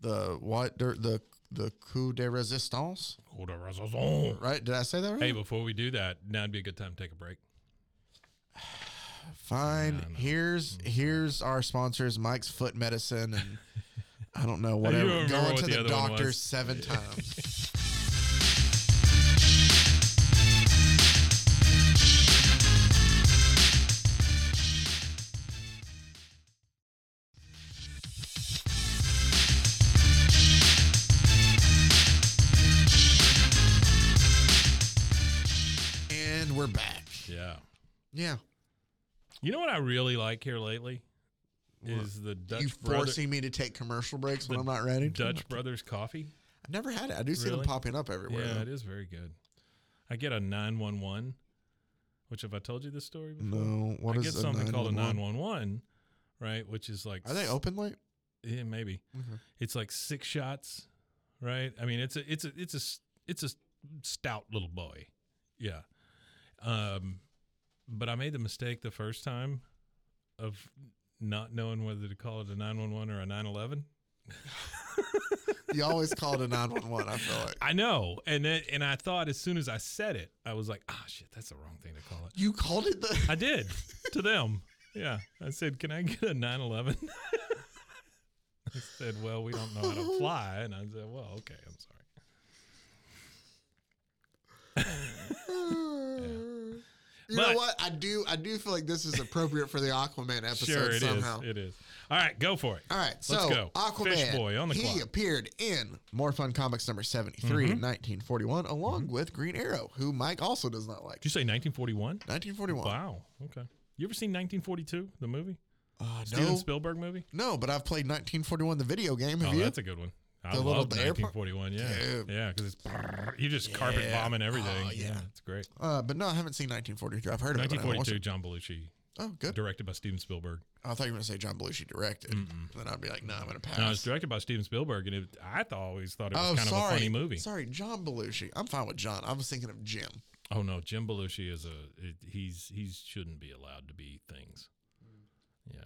the what the the, the coup de resistance, Cool to Razazon. right? Did I say that right? Hey, before we do that, now'd be a good time to take a break. Fine. No, no. Here's Mm-hmm. here's our sponsors, Mike's Foot Medicine and I don't know whatever. don't remember Going what to the the, other one doctor was. seven times. And we're back. Yeah. Yeah. You know what I really like here lately is the you Dutch brother, forcing me to take commercial breaks when The I'm not ready. Dutch Brothers coffee. I've never had it. I do see them Really? popping up everywhere. Yeah, though. it is very good. I get a 911, which have I told you this story before? No, what I is get a something called a 911? 911, right? Which is like Are they s- open Mm-hmm. late? Yeah, maybe. It's like six shots, right? I mean, it's a it's a it's a s- it's a s- stout little boy. Yeah. Um but I made the mistake the first time of not knowing whether to call it a 911 or a 911. You always call it a 911, I feel like. I know. And then, and I thought as soon as I said it, I was like, "Ah, shit, that's the wrong thing to call it." You called it the. I did to them. Yeah. I said, Can I get a 911? I said, Well, we don't know how to fly. And I said, Well, okay, I'm sorry. You know But- what? I do I do feel like this is appropriate for the Aquaman episode Sure, it is. somehow. It is. All right, go for it. All right, so Let's go. Aquaman, Fish Boy on the he clock. Mm-hmm. appeared in More Fun Comics number 73 in 1941, along with Green Arrow, who Mike also does not like. Did you say 1941? 1941. Wow. Okay. You ever seen 1942, the movie? Uh, Steven no, Spielberg movie? no, but I've played 1941, the video game. Have Oh, you? that's a good one. I The love little- the airport- 1941. Yeah. Dude. Yeah, because it's you just carpet bombing everything. Oh, yeah. It's great. Uh, but no, I haven't seen 1942. I've heard of it. but I haven't watched 1942, it. John Belushi Oh, good. directed by Steven Spielberg. I thought you were going to say John Belushi directed. Then I'd be like, no, I'm going to pass. No, it's directed by Steven Spielberg, and it, I th- always thought it was oh, kind sorry. of a funny movie. Sorry, John Belushi. I'm fine with John. I was thinking of Jim. Oh no, Jim Belushi is a it, he's he shouldn't be allowed to be things. Yeah,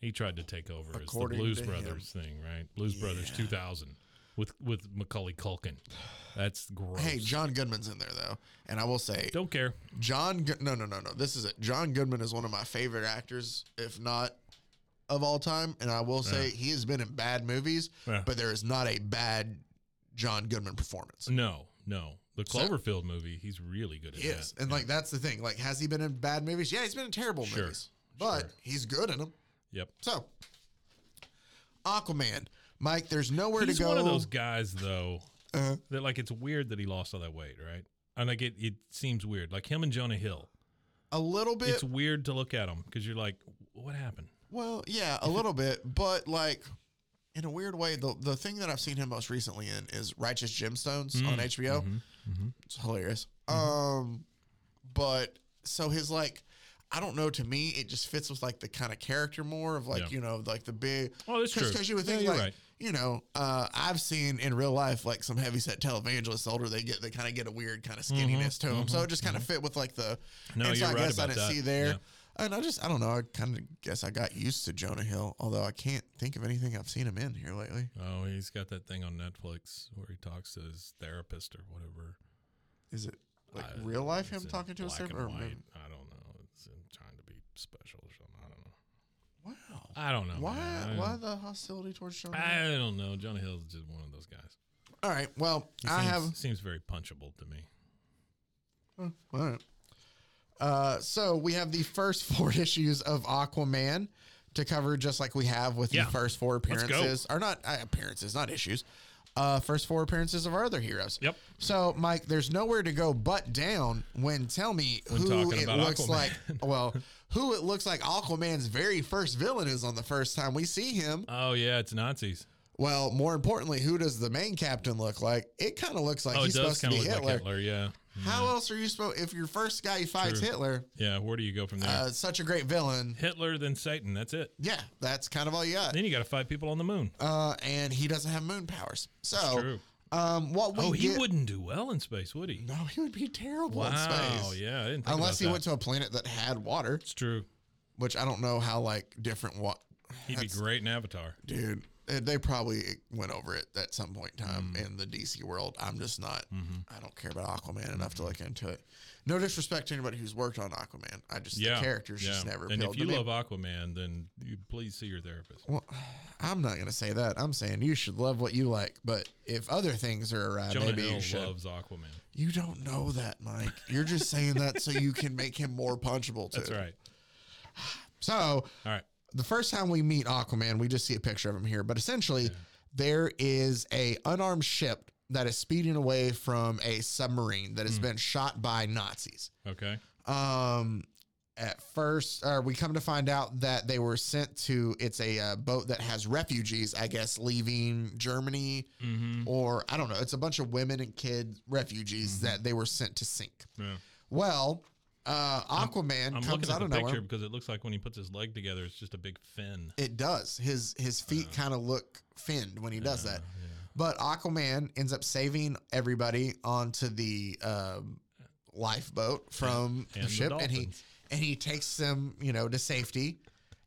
he tried to take over as the According Blues to him. Brothers thing, right? Blues Brothers 2000 with with Macaulay Culkin. That's gross. Hey, John Goodman's in there though, and I will say, don't care. John. Go- no, no, no, no. This is it. John Goodman is one of my favorite actors, if not of all time. And I will say, he has been in bad movies, Yeah. but there is not a bad John Goodman performance. No, no. The So- Cloverfield movie, he's really good at He is, that. and like that's the thing. Like, has he been in bad movies? Yeah, he's been in terrible Sure. movies, but Sure. he's good in them. Yep. So, Aquaman, Mike. There's nowhere he's to go. one of those guys though Uh-huh. that like it's weird that he lost all that weight, right? And like it, it seems weird. Like him and Jonah Hill. a little bit. It's weird to look at him because you're like, what happened? Well, yeah, a little bit, but like in a weird way, the the thing that I've seen him most recently in is Righteous Gemstones on Mm. HBO. Mm-hmm. It's hilarious. Um, but so his like, I don't know. To me, it just fits with like the kind of character more of like Yeah. you know like the big. Oh, that's true. Because you would Yeah, think you're like. right. You know, uh, I've seen in real life like some heavyset televangelists. The older they get, they kind of get a weird kind of Mm-hmm. skinniness to 'em. to them. So it just kind of fit with like the. No, and so you're I right guess I about didn't that. see there. Yeah. And I just, I don't know. I kind of guess I got used to Jonah Hill, although I can't think of anything I've seen him in here lately. Oh, he's got that thing on Netflix where he talks to his therapist or whatever. Is it like I- real life him it's in talking to his black and server? Or white. maybe- I don't know. It's him trying to be special or something. I don't know. Wow. I don't know. Why? man. I Why don't- the hostility towards Jonah? Hill? I don't know. Jonah Hill's just one of those guys. All right. Well, He I seems, have. seems very punchable to me. All right. Uh, so we have the first four issues of Aquaman to cover, just like we have with Yeah. the first four Let's go. appearances, or not uh, appearances, not issues. Uh, first four appearances of our other heroes. Yep. So, Mike, there's nowhere to go but down when tell me When who talking it about looks Aquaman. like. Well, who it looks like Aquaman's very first villain is on the first time we see him. Oh yeah, it's Nazis. Well, more importantly, who does the main captain look like? It kind of looks like oh, it he's does supposed to kind be of look Hitler. like Hitler. Yeah, How else are you supposed? If your first guy fights True. Hitler, yeah. Where do you go from there? uh, such a great villain. Hitler, then Satan. That's it. Yeah, that's kind of all you got. Then you got to fight people on the moon. Uh, and he doesn't have moon powers. So, true. um, what we oh, he get- wouldn't do well in space, would he? No, he would be terrible in Wow. space. Yeah. I didn't think about Unless he that. went to a planet that had water, It's true. which I don't know how like different what. He'd be great in Avatar. Dude, eh, they probably went over it at some point in time Mm. in the DC world. I'm just not. Mm-hmm. I don't care about Aquaman enough to look into it. No disrespect to anybody who's worked on Aquaman. I just Yeah. the characters just yeah. never. And appealed if you to me. love Aquaman, then you please see your therapist. Well, I'm not gonna say that. I'm saying you should love what you like, but if other things are awry, Jonah Uh, maybe you Hill should. loves Aquaman. You don't know that, Mike. You're just saying that so you can make him more punchable. Too. That's right. So All right. the first time we meet Aquaman, we just see a picture of him here, but essentially there is a unarmed ship that is speeding away from a submarine that Hmm. has been shot by Nazis. Okay. Um, at first, uh, we come to find out that they were sent to. It's a uh, boat that has refugees, I guess, leaving Germany, Mm-hmm. or I don't know. It's a bunch of women and kids refugees that they were sent to sink. Yeah. Well, uh, Aquaman I'm comes looking at out the of picture nowhere. because it looks like when he puts his leg together, it's just a big fin. It does. His his feet Uh, kind of look finned when he does that. But Aquaman ends up saving everybody onto the um, lifeboat from And the the ship, and he dolphins. and he takes them, you know, to safety,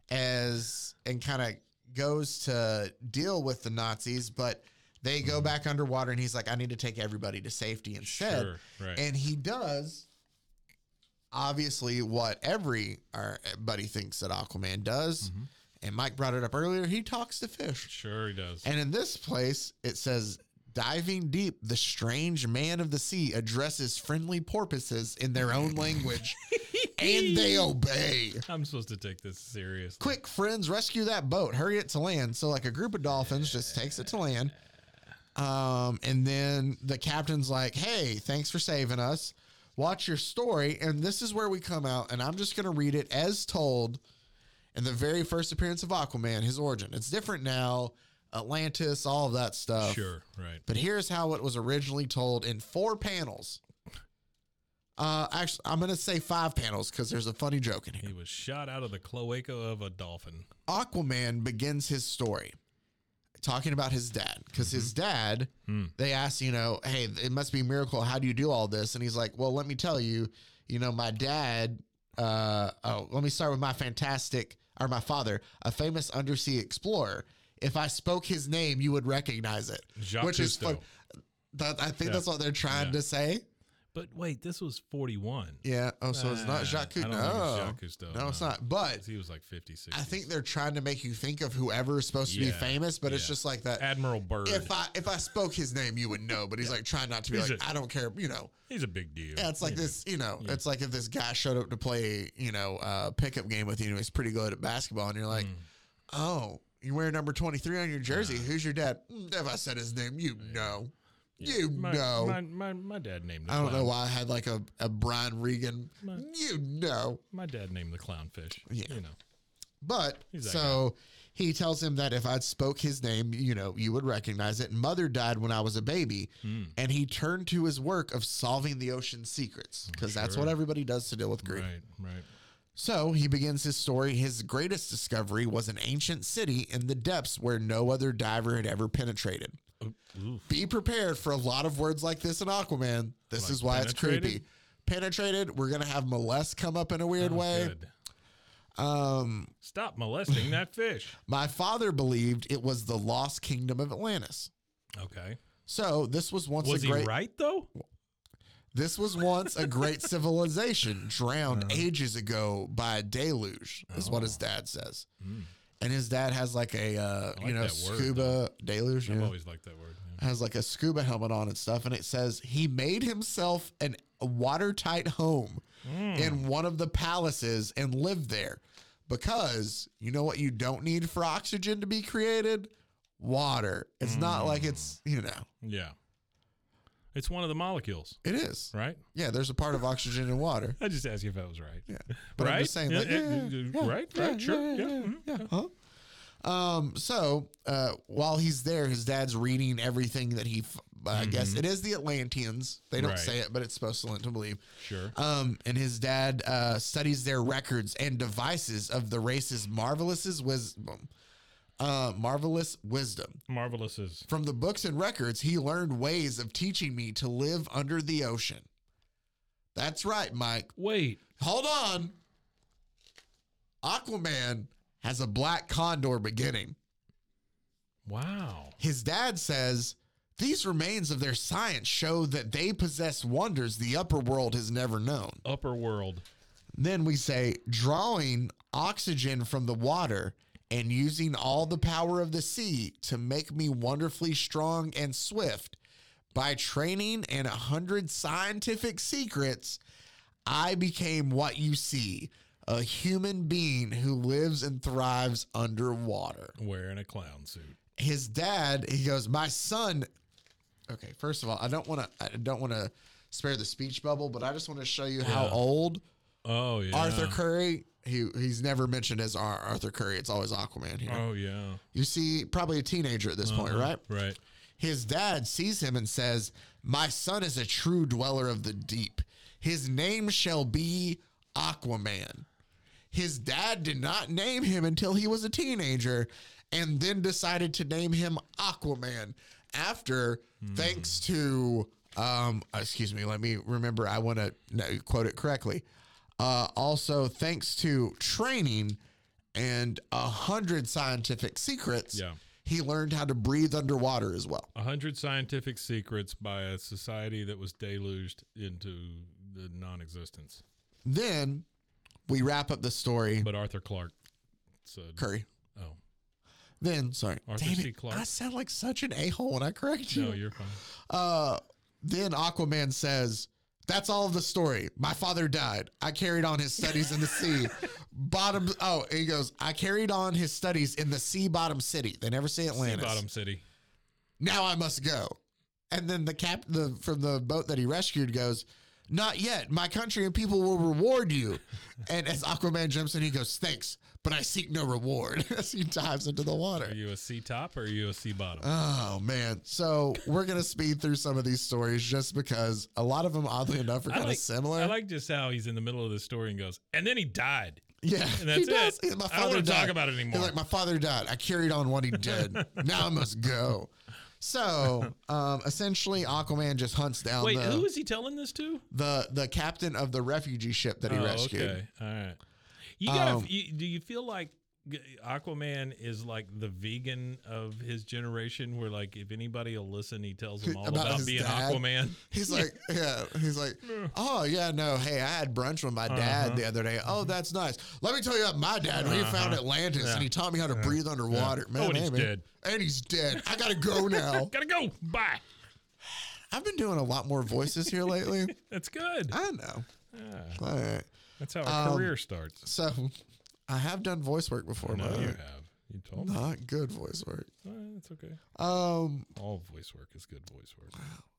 as and kind of goes to deal with the Nazis, but. They Mm-hmm. go back underwater, and he's like, "I need to take everybody to safety instead." Sure. Right. and he does obviously what everybody thinks that Aquaman does. Mm-hmm. And Mike brought it up earlier. He talks to fish. sure he does. And in this place, it says, diving deep, the strange man of the sea addresses friendly porpoises in their own language, and they obey. I'm supposed to take this seriously. Quick, friends, rescue that boat. Hurry it to land. So, like, a group of dolphins just takes it to land. Um, and then the captain's like, hey, thanks for saving us. Watch your story. And this is where we come out. And I'm just going to read it as told in the very first appearance of Aquaman, his origin. It's different now, Atlantis, all of that stuff. Sure. Right. But here's how it was originally told in four panels. Uh, actually, I'm gonna say five panels because there's a funny joke in here. He was shot out of the cloaca of a dolphin. Aquaman begins his story talking about his dad because his Mm-hmm. dad, Hmm. they asked, you know, hey, it must be a miracle. How do you do all this? And he's like, well, let me tell you, you know, my dad, uh, oh, let me start with my fantastic, or my father, a famous undersea explorer. If I spoke his name, you would recognize it, Jacques which is Cousteau. fun. That, I think Yeah. that's what they're trying Yeah. to say. But wait, this was 41. Yeah. Oh, so it's Uh, not Jacques I Cousteau. don't think No. it's Jacques Cousteau, no, it's no. not. But He was like 56. I think they're trying to make you think of whoever is supposed to be Yeah. famous, but it's Yeah. just like that. Admiral Byrd. If I if I spoke his name, you would know. But he's like trying not to be He's like a- I I don't care. You know, He's a big deal. yeah, it's like You know. this. You know, it's like if this guy showed up to play, you know, uh, pickup game with you, and he's pretty good at basketball, and you're like, Mm. oh, you wear number twenty three on your jersey. Who's your dad? Mm, If I said his name, you know, you My, know. my, my, my dad named the I don't clown. know why I had like a, a Brian Regan. You know. My dad named the clownfish. Yeah. You know. But He's that so he tells him that if I spoke his name, you know, you would recognize it. Mother died when I was a baby, Hmm. and he turned to his work of solving the ocean secrets because that's what everybody does to deal with grief. Right, right. So he begins his story. His greatest discovery was an ancient city in the depths where no other diver had ever penetrated. Oof. Be prepared for a lot of words like this in Aquaman. This Like is why penetrated? it's creepy. Penetrated, we're going to have molest come up in a weird Oh, way. good. Um, Stop molesting that fish. My father believed it was the lost kingdom of Atlantis. Okay. So this was once was a he great right though? this was once a great civilization drowned Uh-huh. ages ago by a deluge, is what his dad says. And his dad has like a Oh. uh, Hmm. I like you know that word, scuba deluge I've yeah, always liked that word. yeah. has like a scuba helmet on and stuff, and it says he made himself an a watertight home in one of the palaces and lived there because you know what you don't need for oxygen to be created water. It's not like it's you know Yeah. It's one of the molecules, it is right? yeah. There's a part of oxygen in water. I just asked you if that was right. Yeah. But right? I'm just saying, like, yeah, yeah, uh, yeah, right? yeah, right? Sure. yeah, Yeah. yeah, mhm. yeah, huh? Um, so uh, while he's there, his dad's reading everything that he, f- I guess it is the Atlanteans. They don't Mm-hmm. Right. say it, but it's supposed to lead to believe. Sure. Um, and his dad uh, studies their records and devices of the race's marvelous wisdom. Uh, marvelous wisdom. Marvelous is From the books and records, he learned ways of teaching me to live under the ocean. That's right, Mike. Wait. Hold on. Aquaman has a black condor beginning. Wow. His dad says these remains of their science show that they possess wonders the upper world has never known. Upper world. Then we say drawing oxygen from the water and using all the power of the sea to make me wonderfully strong and swift. By training and a hundred scientific secrets, I became what you see a human being who lives and thrives underwater. Wearing a clown suit. His dad, he goes, My son. Okay, first of all, I don't want to, I don't want to spare the speech bubble, but I just want to show you how Yeah. old Oh yeah. Arthur Curry. He he's never mentioned as Ar- Arthur Curry. It's always Aquaman here. Oh yeah. You see, probably a teenager at this point, right? Uh-huh. Right. His dad sees him and says, "My son is a true dweller of the deep. His name shall be Aquaman." His dad did not name him until he was a teenager, and then decided to name him Aquaman after, Hmm. thanks to, um, excuse me, let me remember. I want to no, quote it correctly. Uh, also, thanks to training and a hundred scientific secrets, Yeah. he learned how to breathe underwater as well. A hundred scientific secrets by a society that was deluged into the non-existence. Then we wrap up the story. But Arthur Clark said, Curry. "Oh, Then, sorry, Arthur damn C. it, Clarke. I sound like such an a hole when I correct you. no, you're fine." Uh, then Aquaman says, "That's all of the story. My father died. I carried on his studies in the sea bottom." Oh, and he goes, "I carried on his studies in the sea bottom city. They never say Sea Atlantis. Bottom City. Now I must go." And then the cap the from the boat that he rescued goes, Not yet. My country and people will reward you. And as Aquaman jumps in, he goes, Thanks, but I seek no reward as he dives into the water. Are you a C top or are you a C bottom? Oh, man. So we're going to speed through some of these stories just because a lot of them, oddly enough, are I kind like, of similar. I like just how he's in the middle of the story and goes, and then he died. yeah. And that's he does. it. He's, "My I don't want father to talk died." about it He's anymore. like, My father died. I carried on what he did. now I must go. So um, essentially, Aquaman just hunts down Wait, the, who is he telling this to? the the captain of the refugee ship that he oh, rescued. okay. All right. You gotta. Um, you, do you feel like g- Aquaman is like the vegan of his generation, where like if anybody will listen, he tells them all About about, his being dad? Aquaman. He's like, yeah. He's like, oh yeah, no. Hey, I had brunch with my dad Uh-huh. the other day. Oh, that's nice. Let me tell you about my dad. When he found Atlantis and he taught me how to breathe underwater. Man, Oh, and hey, he's man. dead. And he's dead. I gotta go now. Gotta go. Bye. I've been doing a lot more voices here lately. That's good. I know. All right. That's how a um, career starts. So, I have done voice work before, No, you but have. You told me. not good voice work. Uh, That's okay. Um. All voice work is good voice work.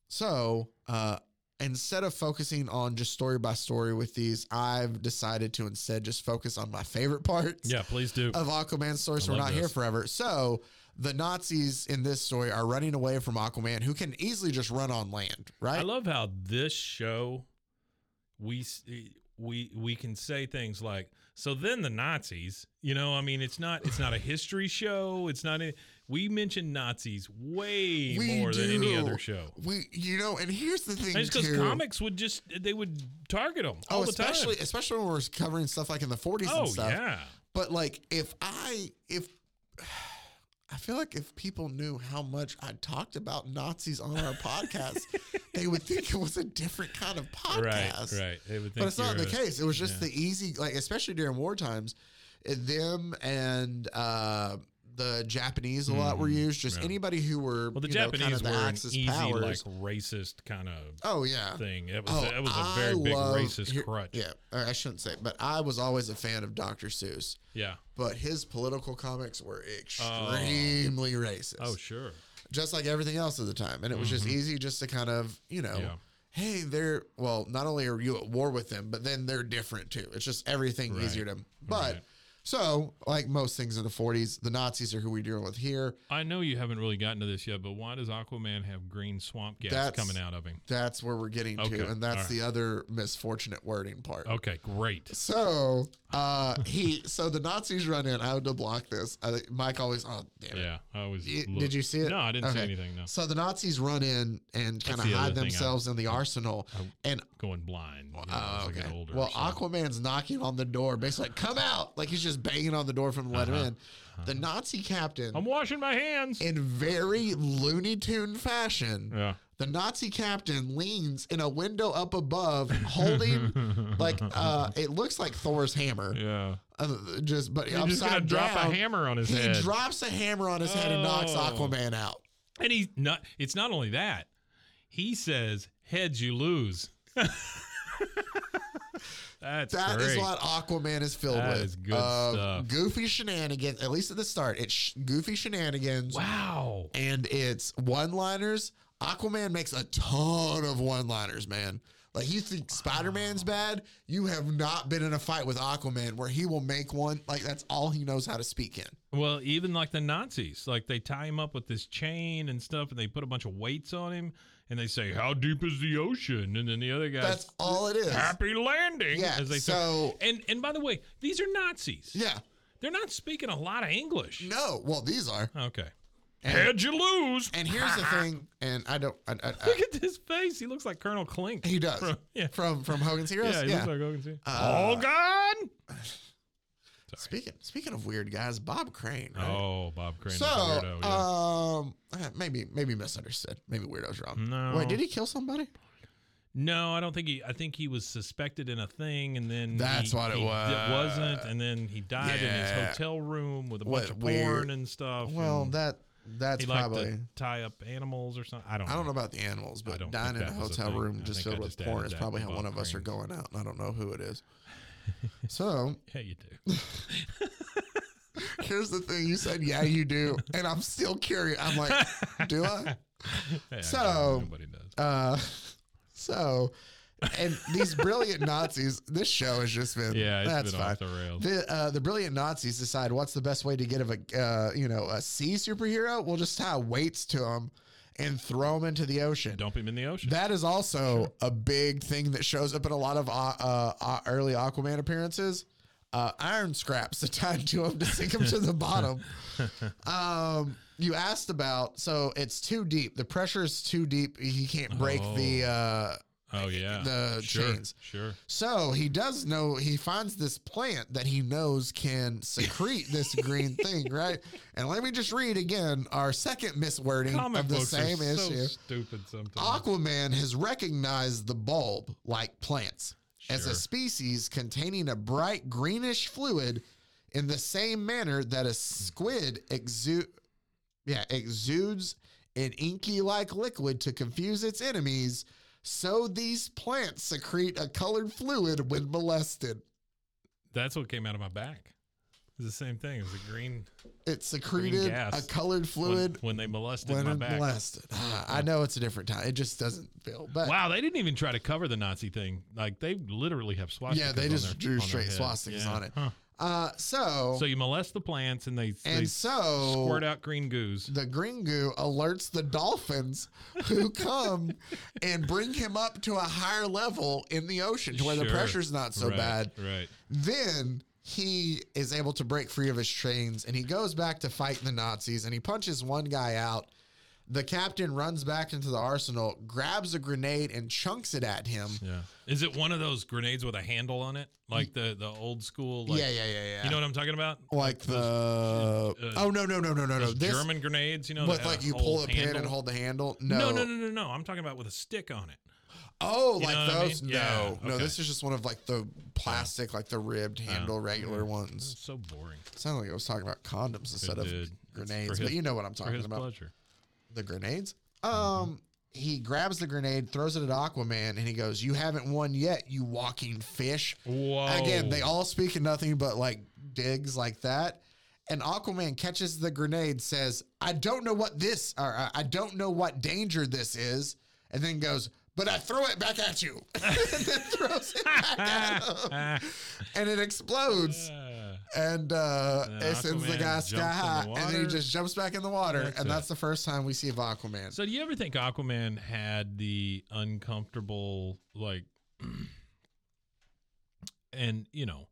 So, uh, instead of focusing on just story by story with these, I've decided to instead just focus on my favorite parts Yeah, please do. of Aquaman's story. So I we're love not here this. forever. So, the Nazis in this story are running away from Aquaman, who can easily just run on land, right? I love how this show we s- eh, we we can say things like so then the Nazis, you know, I mean it's not it's not a history show, it's not a, we mention Nazis way more than any other show. We, you know, and here's the thing And It's because too. comics would just they would target them all oh, the especially time. especially when we're covering stuff like in the 40s Oh and stuff. yeah, But like, if I if I feel like if people knew how much I talked about Nazis on our podcast, they would think it was a different kind of podcast. right, right. They would think But it's not the you're a- case. It was just the easy, like especially during war times, eh, them and uh, the Japanese a lot were used. Just anybody who were Mm-hmm. Well, the you know, kind of Japanese the were an Axis easy, like powers. racist kind of oh yeah, thing. That was Oh, that was a I very big love- racist here- crutch. Yeah, or I shouldn't say, it, but I was always a fan of Dr. Seuss yeah. but his political comics were extremely racist. Oh sure. just like everything else at the time. And it was just easy just to kind of, you know, Mm-hmm. Yeah. hey, they're, well, not only are you at war with them, but then they're different too. It's just everything easier to, but so like most things in the 40s, the Nazis are who we're dealing with here. I know you haven't really gotten to this yet, but why does Aquaman have green swamp gas That's- coming out of him? That's where we're getting Okay, to. And all that's right. the other misfortunate wording part. Okay, great. So uh he so the Nazis run in. I had to block this. I, think Mike always oh damn it. Yeah, I was. Y- look- Did you see it? No, I didn't see Okay. anything. No, So the Nazis run in and kind of the other hide thing I- themselves in the arsenal. and going blind. you know, oh, as I okay. get older, well, so- Aquaman's knocking on the door, basically like, "Come out!" Like he's just banging on the door from let him in. The Nazi captain, Uh-huh. I'm washing my hands. in very Looney Tune fashion, yeah. the Nazi captain leans in a window up above, holding like uh, it looks like Thor's hammer. Yeah. Uh, just but He's upside just gonna down. drop a hammer on his he head, drops a hammer on his head and knocks Oh. Aquaman out. and he's not. It's not only that. He says, "Heads, you lose." That's That is great. what Aquaman is filled That with. is good of stuff. Goofy shenanigans, at least at the start, it's sh- goofy shenanigans wow. and it's one-liners. Aquaman makes a ton of one-liners, man. Like you think Spider-Man's bad, you have not been in a fight with Aquaman where he will make one. Like that's all he knows how to speak in. Well, even like the Nazis, like they tie him up with this chain and stuff, and they put a bunch of weights on him, and they say, "How deep is the ocean?" And then the other guy, That's all it is. "Happy landing." Yeah, as they say. so- and and by the way, these are Nazis. Yeah. They're not speaking a lot of English. No. Well, these are. Okay. How'd you lose? And here's the thing, and I don't. I, I, I, Look at his face. He looks like Colonel Clink. he does Uh, From- yeah. from from Hogan's Heroes. yeah, he looks like Hogan T. All gone. Speaking speaking of weird guys, Bob Crane. Right? Oh, Bob Crane. is a so weirdo, yeah. um, eh, maybe maybe misunderstood. Maybe weirdo's wrong. No. Wait, did he kill somebody? No, I don't think he. I think he was suspected in a thing, and then That's he- what it he d- was. wasn't, and then he died in Yeah. his hotel room with a What bunch of weird- porn and stuff. Well, and that that's he liked probably. to tie up animals or something. I don't. I don't know know. about the animals, but don't dying in think a that was a hotel thing. room I just think I filled with just porn added is that probably to how one Bob of us are Crane's. going out. and I don't know who it is. so Yeah, you do. here's the thing: you said, "Yeah, you do," and I'm still curious. I'm like, "Do I?" Yeah, So, nobody does. Uh, so and these brilliant Nazis. This show has just been Yeah, it's that's been fine. off the rails. The uh, the brilliant Nazis decide what's the best way to get of a uh, you know a sea superhero. We'll just tie weights to him and throw him into the ocean. Dump him in the ocean. That is also a big thing that shows up in a lot of uh, uh, uh, early Aquaman appearances. Uh, iron scraps tied to him to sink him to the bottom. Um, you asked about, so it's too deep. The pressure is too deep. He can't break the. Uh, oh yeah. the sure, chains. Sure. so he does know he finds this plant that he knows can secrete this green thing, right? And let me just read again our second miswording Comic of the books same are so issue. stupid sometimes. Aquaman has recognized the bulb, like plants, as Sure. a species containing a bright greenish fluid in the same manner that a squid exu- yeah, exudes an inky like liquid to confuse its enemies. So these plants secrete a colored fluid when molested. That's what came out of my back. It's the same thing. It was a green It secreted a gas. colored when, fluid when they molested when, my back. molested. Ah, I know it's a different time. It just doesn't feel. But Wow, they didn't even try to cover the Nazi thing. Like they literally have swastikas. Yeah, they on just their- drew on their straight head. swastikas Yeah. on it. Huh. Uh, so, So you molest the plants and they, they and so squirt out green goos. the gringu alerts the dolphins who come and bring him up to a higher level in the ocean to where the Sure. pressure's not so Right, bad. Right. Then he is able to break free of his chains and he goes back to fight the Nazis and he punches one guy out. The captain runs back into the arsenal, grabs a grenade and chunks it at him. Yeah. Is it one of those grenades with a handle on it? Like the the old school like yeah, yeah, yeah, yeah. You know what I'm talking about? like the oh no no no no no no Those this German grenades, you know, But that like had a you pull whole a pin and handle? hold the handle? No. No, no, no, no, no. I'm talking about with a stick on it. Oh, You know like what I those? mean? No. Yeah, No, okay. this is just one of like the plastic, like the ribbed handle regular It's ones. so boring. Sounded like I was talking about condoms instead of did. It's grenades, for but his- you know what I'm For talking his about. pleasure. The grenades? Um he grabs the grenade, throws it at Aquaman, and he goes, You haven't won yet, you walking fish. Whoa. Again, they all speak in nothing but like digs like that. And Aquaman catches the grenade, says, I don't know what this, or uh, I- I don't know what danger this is, and then goes, but I throw it back at you. and then throws it back at him. Ah, And it explodes. ah. And uh, And it sends the Aquaman guy jumps in sky high. the and then he water. just jumps back in the water. That's and it. that's the first time we see of Aquaman. So do you ever think Aquaman had the uncomfortable like and you know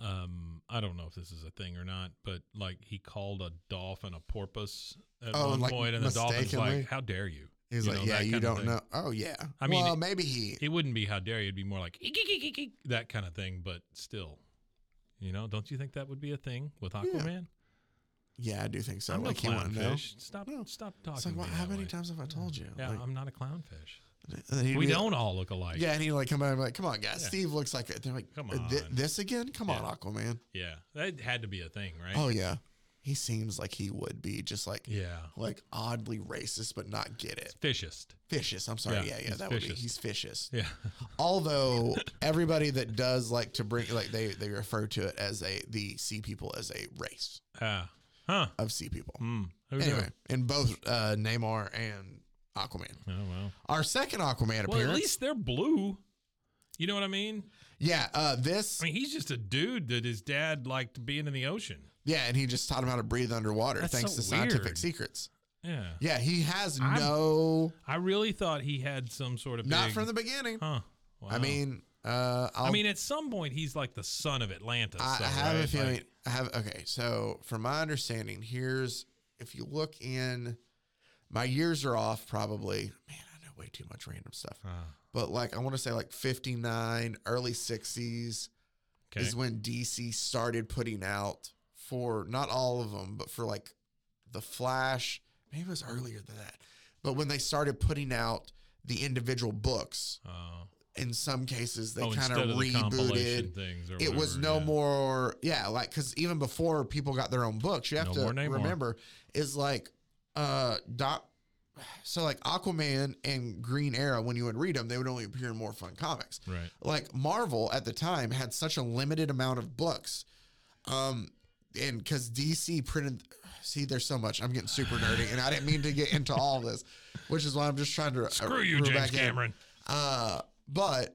um I don't know if this is a thing or not, but like he called a dolphin a porpoise at Oh, one like, point and the dolphin's mistakenly? like, How dare you? He's You like, know, Yeah, that you kind of don't thing. know. Oh, yeah. I mean, well, it- maybe he. It wouldn't be how dare you, it'd be more like "Eek, eek, eek, eek, eek," that kind of thing, but still. You know, don't you think that would be a thing with Aquaman? Yeah, I do think so. I'm like, no he want to know. clownfish. Stop No. stop It's talking. like, well, to me how that many way. times have I told you? Yeah, Like, I'm not a clownfish. and then he'd We be- don't all look alike. Yeah, and he like come out and be like, come on, guys. Yeah. Steve looks like it. They're like, Come "Uh, thi- on. this again? Come on, Aquaman. Yeah, that had to be a thing, right? Oh yeah, he seems like he would be just like yeah. like oddly racist, but not get it. Fishist. Vicious. I'm sorry. Yeah, Yeah, yeah, he's that would vicious. be. He's vicious. Yeah. Although everybody that does like to bring like they they refer to it as a the sea people as a race Uh, huh. of sea people. Hmm. Who knew? Anyway, in both uh, Namor and Aquaman. Oh well. Our second Aquaman Well, appearance. at least they're blue. You know what I mean? yeah, uh, this I mean, he's just a dude that his dad liked being in the ocean. Yeah, and he just taught him how to breathe underwater That's thanks so to scientific weird. secrets. Yeah. Yeah, he has I'm- no I really thought he had some sort of not big- from the beginning. Huh. Wow. I mean, uh I'll, I mean, at some point he's like the son of Atlantis. I, though, I have a right? feeling Like, I have okay, so from my understanding, here's if you look in my years are off probably. Man, I know way too much random stuff. Ah, But like I want to say like 59, early 60s okay. is when DC started putting out for not all of them, but for like the Flash, maybe it was earlier than that. But when they started putting out the individual books, Oh. in some cases they Oh, kind instead of the compilation rebooted. things. Or It was whatever, no yeah. more, yeah, like because even before people got their own books, you have No to more Namor. remember is like uh doc. So like Aquaman and Green Arrow, when you would read them, they would only appear in more fun comics Right. like Marvel at the time had such a limited amount of books. Um, and because DC printed, see, there's so much. I'm getting super nerdy, and I didn't mean to get into all of this, which is why I'm just trying to uh, Screw you, reel James back in. Cameron. Uh, But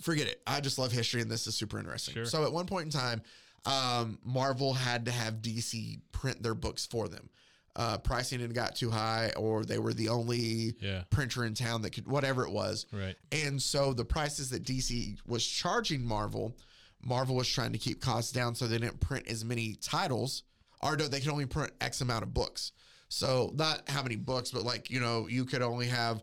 forget it. I just love history, and this is super interesting. Sure. So at one point in time, um, Marvel had to have DC print their books for them. Uh, pricing had got too high, or they were the only Yeah. printer in town that could, whatever it was. Right. And so the prices that DC was charging Marvel, Marvel was trying to keep costs down so they didn't print as many titles, or no, they could only print X amount of books. So not how many books, but like you know, you could only have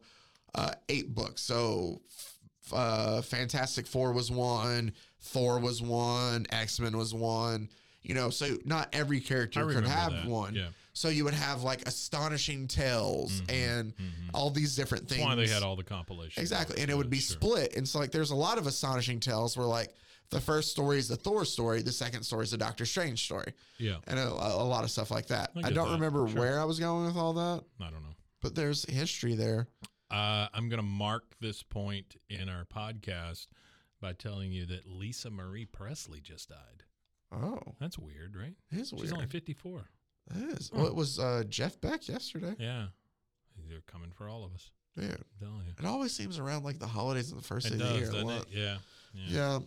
uh, eight books. So f- uh, Fantastic Four was one, Thor was one, X Men was one. You know, so not every I character could remember have that, one. yeah. Mm-hmm. So you would have like astonishing tales and all these different things. That's why they had all the compilations. Exactly. And it would be Sure. split. And so like there's a lot of astonishing tales where like the first story is the Thor story, the second story is the Doctor Strange story. Yeah. And a, a lot of stuff like that. I I, get don't that, remember sure. where I was going with all that, I don't know. but there's history there. Uh, I'm going to mark this point in our podcast by telling you that Lisa Marie Presley just died. Oh, That's weird, right? it is She's weird. only 54. It is. Well, it was uh, Jeff Beck yesterday. Yeah. They're coming for all of us. Dude, I'm telling you. it always seems around like the holidays and the first It of the year. does, a doesn't it? lot. Yeah. Yeah. Yeah.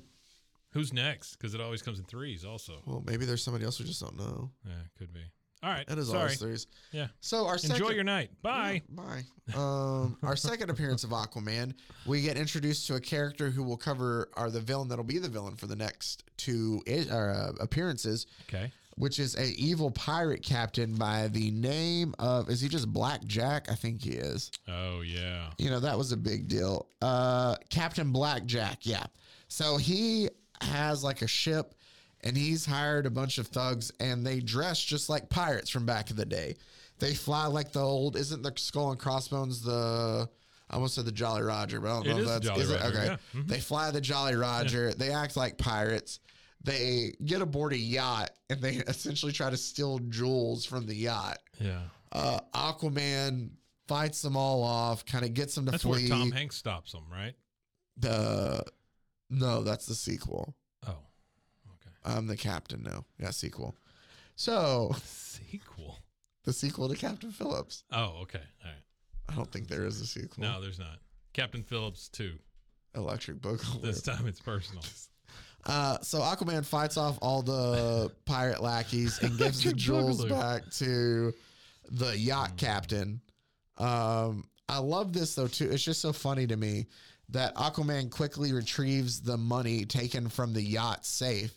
Who's next? Because it always comes in threes, also. Well, maybe there's somebody else we just don't know. Yeah, could be. All right. It is Sorry. always threes. Yeah. So our Enjoy second, your night. Bye. Bye. Um, our second appearance of Aquaman, we get introduced to a character who will cover, or the villain that'll be the villain for the next two i- or, uh, appearances, Okay. which is a evil pirate captain by the name of. Is he just Black Jack? I think he is. Oh, yeah. You know that was a big deal. Uh, Captain Blackjack. Yeah. So he has like a ship. And he's hired a bunch of thugs, and they dress just like pirates from back in the day. They fly like the old. Isn't the Skull and Crossbones the? I almost said the Jolly Roger, but I don't It know is if the that's Jolly is it? Roger, okay. yeah. Mhm. They fly the Jolly Roger. They act like pirates. They get aboard a yacht, and they essentially try to steal jewels from the yacht Yeah. uh, Aquaman fights them all off, kind of gets them to That's where flee. Tom Hanks stops them, right? the no, that's the sequel. Oh. I'm the captain. No, yeah, sequel. So Sequel. the sequel to Captain Phillips. Oh, okay. All right. I don't think there is a sequel. No, there's not. Captain Phillips, too. Electric Boogaloo. This time it's personal. Uh, so Aquaman fights off all the pirate lackeys and gives the Electric jewels Boogaloo. back to the Mm. yacht captain. Um, I love this though too. It's just so funny to me that Aquaman quickly retrieves the money taken from the yacht safe,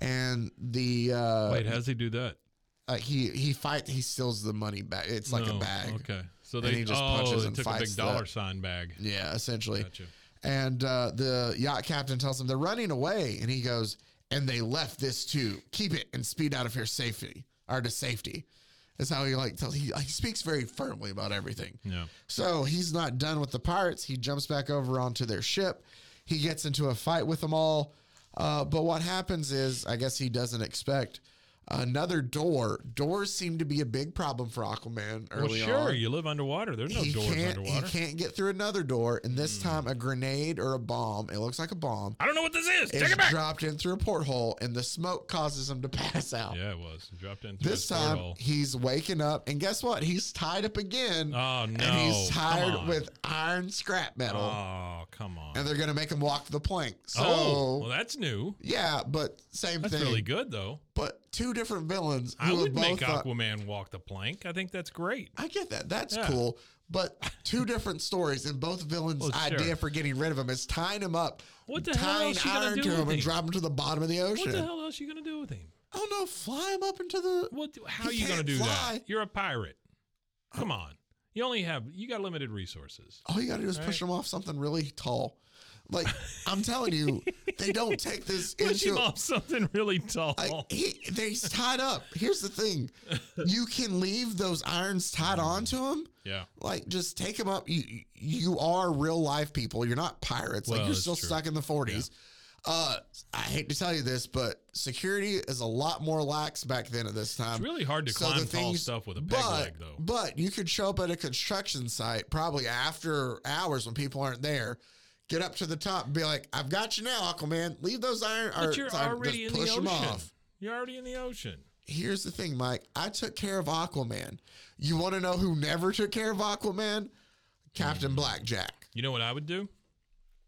and the uh, Wait, how's he do that? uh, he he fight he steals the money back. It's like a No, bag. Okay. So And they he just oh, punches they and took a fights big dollar that. sign bag. Yeah, essentially. Gotcha. And uh, the yacht captain tells him they're running away, and he goes, "And they left this too. Keep it and speed out of here safely, or to safety." That's how he like tells. He, he speaks very firmly about everything. Yeah. So he's not done with the pirates. He jumps back over onto their ship. He gets into a fight with them all. Uh, but what happens is, I guess he doesn't expect another door. Doors seem to be a big problem for Aquaman Well, early sure. on You live underwater. There's no he doors can't, underwater. Hmm. He can't get through another door, and this time a grenade or a bomb, it looks like a bomb, I don't know what this is. is Take it back. dropped in through a porthole, and the smoke causes him to pass out. yeah, it was. He dropped in through This his time porthole. he's waking up, and guess what? He's tied up again. Oh, no. And he's Come tired on. with iron scrap metal, Oh, come on. and they're gonna make him walk the plank. So oh, well, that's new. yeah, but same That's thing. really good, though. But two different villains. I who have would make both uh, thought- Aquaman walk the plank. I think that's great. I get that. That's Yeah. cool. But two different stories, and both villains' Well, sure. idea for getting rid of him is tying him up, What the hell tying is she gonna iron do to with him, and him? drop him to the bottom of the ocean. What the hell else are you going to do with him? I don't know. Fly him up into the. What? How He are you going to can't do fly. that? You're a pirate. Come on. You only have, you got limited resources. All you gotta do is push him off something really tall. Like I'm telling you, they don't take this Push him into. off something really tall. Like, he, they- he's tied up. Here's the thing: you can leave those irons Hmm. tied onto him. yeah. Like, just take them up. You you are real life people. You're not pirates. Well, like, you're that's still true. stuck in the 40s. Uh, I hate to tell you this, but security is a lot more lax back then at this time. It's really hard to Um, So the climb tall things- stuff with a peg but, leg, though. But you could show up at a construction site probably after hours when people aren't there. Get up to the top and be like, "I've got you now, Aquaman. Leave those iron." But or- you're sorry, already in just the push 'em ocean. off." You're already in the ocean. Here's the thing, Mike. I took care of Aquaman. You Mm. want to know who never took care of Aquaman? Captain Blackjack. You know what I would do?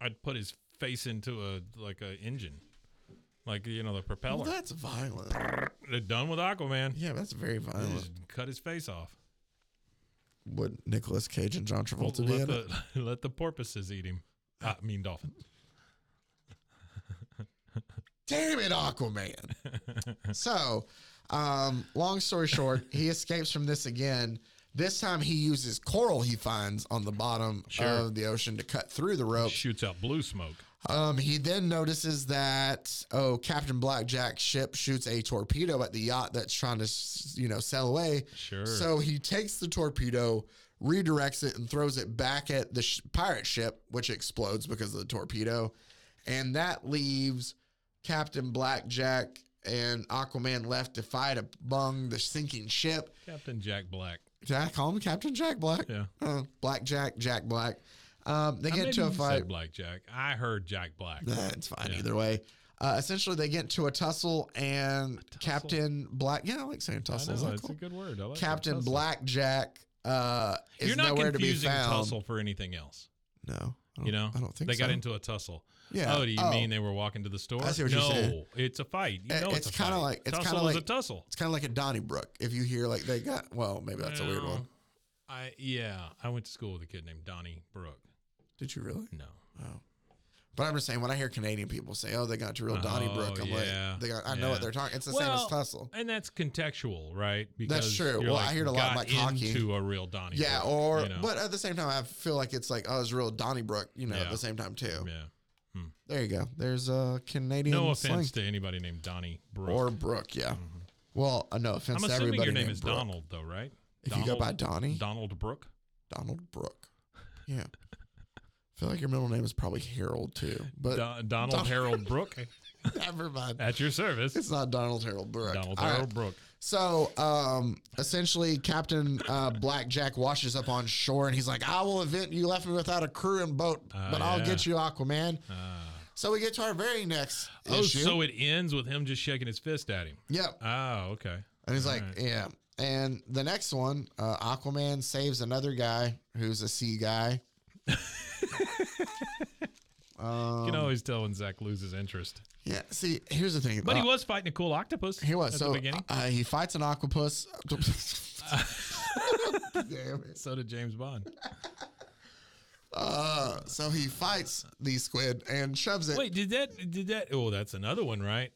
I'd put his face into a like a engine, like you know the propeller. Well, that's violent. They're done with Aquaman. Yeah, that's very They violent. Just cut his face off. Would Nicolas Cage and John Well, Travolta be let in it? the, let the porpoises eat him. I mean dolphin. Damn it, Aquaman. so, um, long story short, he escapes from this again. This time he uses coral he finds on the bottom Sure. of the ocean to cut through the rope. Shoots out blue smoke. Um, he then notices that oh, Captain Blackjack's ship shoots a torpedo at the yacht that's trying to s- you know sail away. Sure. So he takes the torpedo, redirects it, and throws it back at the sh- pirate ship, which explodes because of the torpedo, and that leaves Captain Blackjack and Aquaman left to fight among the sinking ship. Captain Jack Black. Did I call him Captain Jack Black? Yeah. Uh, Blackjack, Jack Black. Um, they I get maybe into a you said fight. Black Jack. I heard Jack Black. That's fine Yeah. either way. Uh, essentially, they get into a tussle, and Captain Black. Yeah, I like saying I tussle. know Is that it's cool? a good word. I like that, Captain tussle. Blackjack uh, is You're not nowhere to be confusing found. tussle for anything else. No, I don't- You know, I don't think they got so. into a tussle. Yeah. Oh, do you mean they were walking to the store? I see what no, you're saying. it's a fight. You It- know, it's, it's a kinda fight. like- it's tussle kinda is a like- tussle. It's kind of like a Donnybrook. If you hear like they got, well, maybe that's a weird Well, one. I yeah, I went to school with a kid named Donnie Brooke. Did you really? No, But I'm just saying when I hear Canadian people say, "Oh, they got to real Donnybrook," Oh, I'm yeah. like, they got, I know Yeah. what they're talking. It's the same as tussle. and that's contextual, right? true. you're Well, I hear it a lot, got like hockey. into a real Donnie. Yeah, Brooke, or you know? but at the same time, I feel like it's like, "Oh, it's real Donnybrook," you know, Yeah. at the same time too. yeah. There you go. There's a Canadian. No slang. offense to anybody named Donnie Brooke. Mm-hmm. Or Brooke, yeah. Well, uh, no offense I'm to assuming everybody. your name named is Brooke. Donald, though, right? If you go by Donnie, Donald Brooke. Donald Brooke. Yeah. I feel like your middle name is probably Harold too, but Don- Donald Don- Harold Brooke never mind. at your service. It's not Donald Harold Brooke. Donald All right. Harold Brooke. So, um, essentially, Captain uh, Blackjack washes up on shore, and he's like, "I will event you left me without a crew and boat, Ah, but I'll yeah. Uh. get you Aquaman." so we get to our very next Oh, issue. so it ends with him just shaking his fist at him. yep. Oh, okay. And he's All like, right. yeah. And the next one, uh, Aquaman saves another guy who's a sea guy. um, you can always tell when Zach loses interest. yeah. See, here's the thing. But uh, he was fighting a cool octopus. He was. at so the beginning. Uh, he fights an octopus. Damn it. so did James Bond. Uh, so he fights the squid and shoves it. Wait, did that? Did that? Oh, that's another one, right?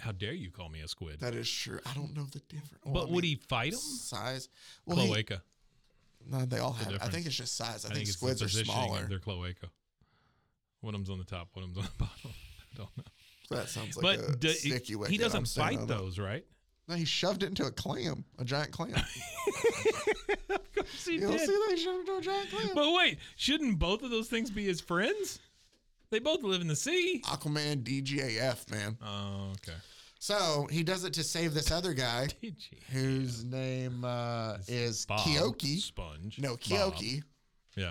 How dare you call me a squid? That is true. I don't know the difference. but would he fight him? Size. Well, he- Cloaca. no, they all have. I difference. think it's just size. I, think, it's the squids are positioning of smaller. Their cloaca. One of them's on the top. One of them's on the bottom. I don't know. That sounds like a but do- sticky wicket. he I'm doesn't standing fight on it. those, right? No, he shoved it into a clam, a giant clam. Of course he You don't see did. that? He shoved it into a giant clam. But wait, shouldn't both of those things be his friends? They both live in the sea. Aquaman DGAF, man. Oh, okay. So he does it to save this other guy Did you? whose name uh, is Bob, Kyoki. Sponge. No, Bob. Kyoki. Yeah.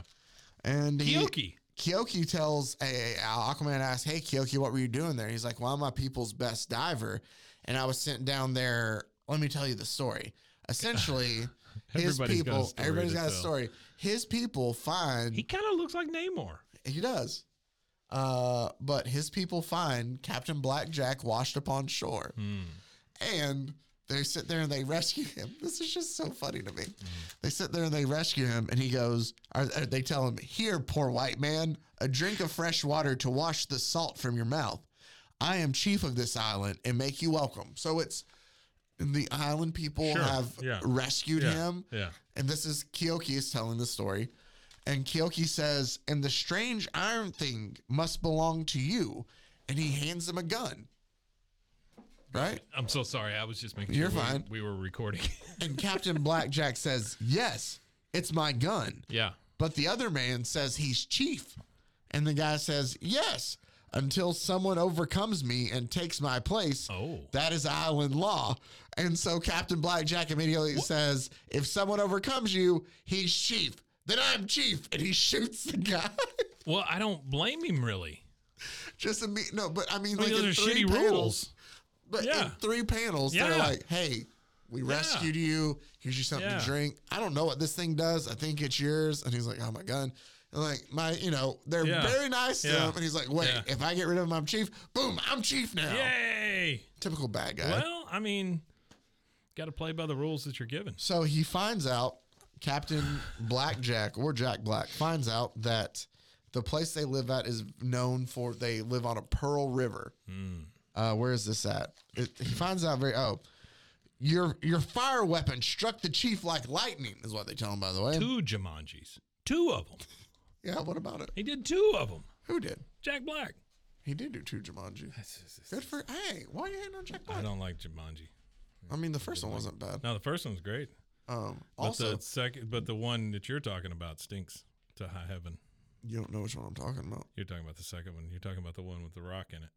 And he, Kyoki. Kyoki tells hey, Aquaman asks, "Hey Kyoki, what were you doing there?" He's like, "Well, I'm my people's best diver, and I was sent down there. Let me tell you the story. Essentially, his Everybody's got a people. story everybody's to got a tell. story. His people find He kind of looks like Namor. He does. Uh, but his people find Captain Blackjack washed up on shore. Hmm. And they sit there and they rescue him. This is just so funny to me. Hmm. They sit there and they rescue him, and he goes, or, or they tell him, Here, poor white man, a drink of fresh water to wash the salt from your mouth. I am chief of this island and make you welcome. So it's the island people Sure, have yeah. rescued Yeah, him. yeah. And this is Kyoki is telling the story. And Kyoki says, And the strange iron thing must belong to you. And he hands him a gun. Right? I'm so sorry. I was just making You're sure we- fine. We, were recording. And Captain Blackjack says, Yes, it's my gun. yeah. But the other man says he's chief. And the guy says, Yes, until someone overcomes me and takes my place. Oh. That is island law. And so Captain Blackjack immediately says, If someone overcomes you, he's chief. Then I'm chief. And he shoots the guy. Well, I don't blame him really. Just a me- no, but I mean, I mean, like in those are three shitty panels, rules. But in Yeah. three panels, they're Yeah. like, "Hey, we Yeah. rescued you. Here's you something to Yeah. drink. I don't know what this thing does. I think it's yours." And he's like, "Oh my gun." And, like my, you know, they're Yeah. very nice to Yeah. him, and he's like, wait, Yeah. if I get rid of him, I'm chief. Boom, I'm chief now. Yay! Typical bad guy. Well, I mean, got to play by the rules that you're given. So he finds out Captain Blackjack or Jack Black finds out that the place they live at is known for they live on a pearl river. Hmm. Uh, where is this at? It, he finds out very oh. Your your fire weapon struck the chief like lightning is what they tell him by the way. Two Jumanjis, two of them. Yeah, what about it? He did two of them. Who did? Jack Black. He did do two Jumanji. Good for hey, why are you hating on Jack I Black? don't like Jumanji. I mean the first one wasn't bad. No, the first one's great. Um But also the second, but the one that you're talking about stinks to high heaven. you don't know which one I'm talking about. You're talking about the second one. You're talking about the one with the rock in it.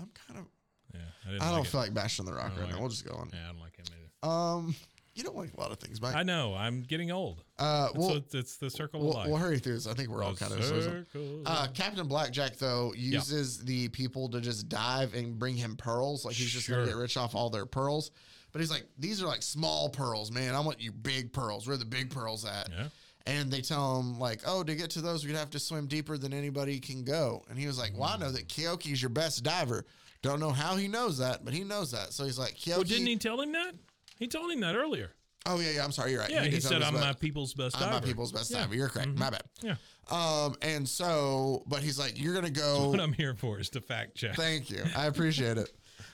I'm kind of Yeah, I, didn't I like don't it. feel like bashing the rock right like now. it. We'll just go on. Yeah, I don't like him either. Um, you don't like a lot of things, Mike. I know. I'm getting old. uh, so we'll, it's, it's the circle we'll, of life. we'll hurry through this. I think we're all The kind of. sizzling. circle. Uh, Captain Blackjack though uses the people to just dive and bring him pearls. Like he's just gonna Sure. get rich off all their pearls. But he's like, these are like small pearls, man. I want you big pearls. Where are the big pearls at? Yeah. And they tell him like, oh, to get to those, we'd have to swim deeper than anybody can go. And he was like, well, I know that Kyoki's your best diver. Don't know how he knows that, but he knows that. So he's like, Kyoki. well, didn't he tell him that? He told him that earlier. Oh yeah, yeah. I'm sorry. You're right. Yeah, did he tell said, us "I'm about- my people's best I'm diver." my people's best Yeah. Mm-hmm. diver. You're correct. My bad. Yeah, Um, and so, but he's like, you're gonna go. what I'm here for is to fact check. Thank you. I appreciate it.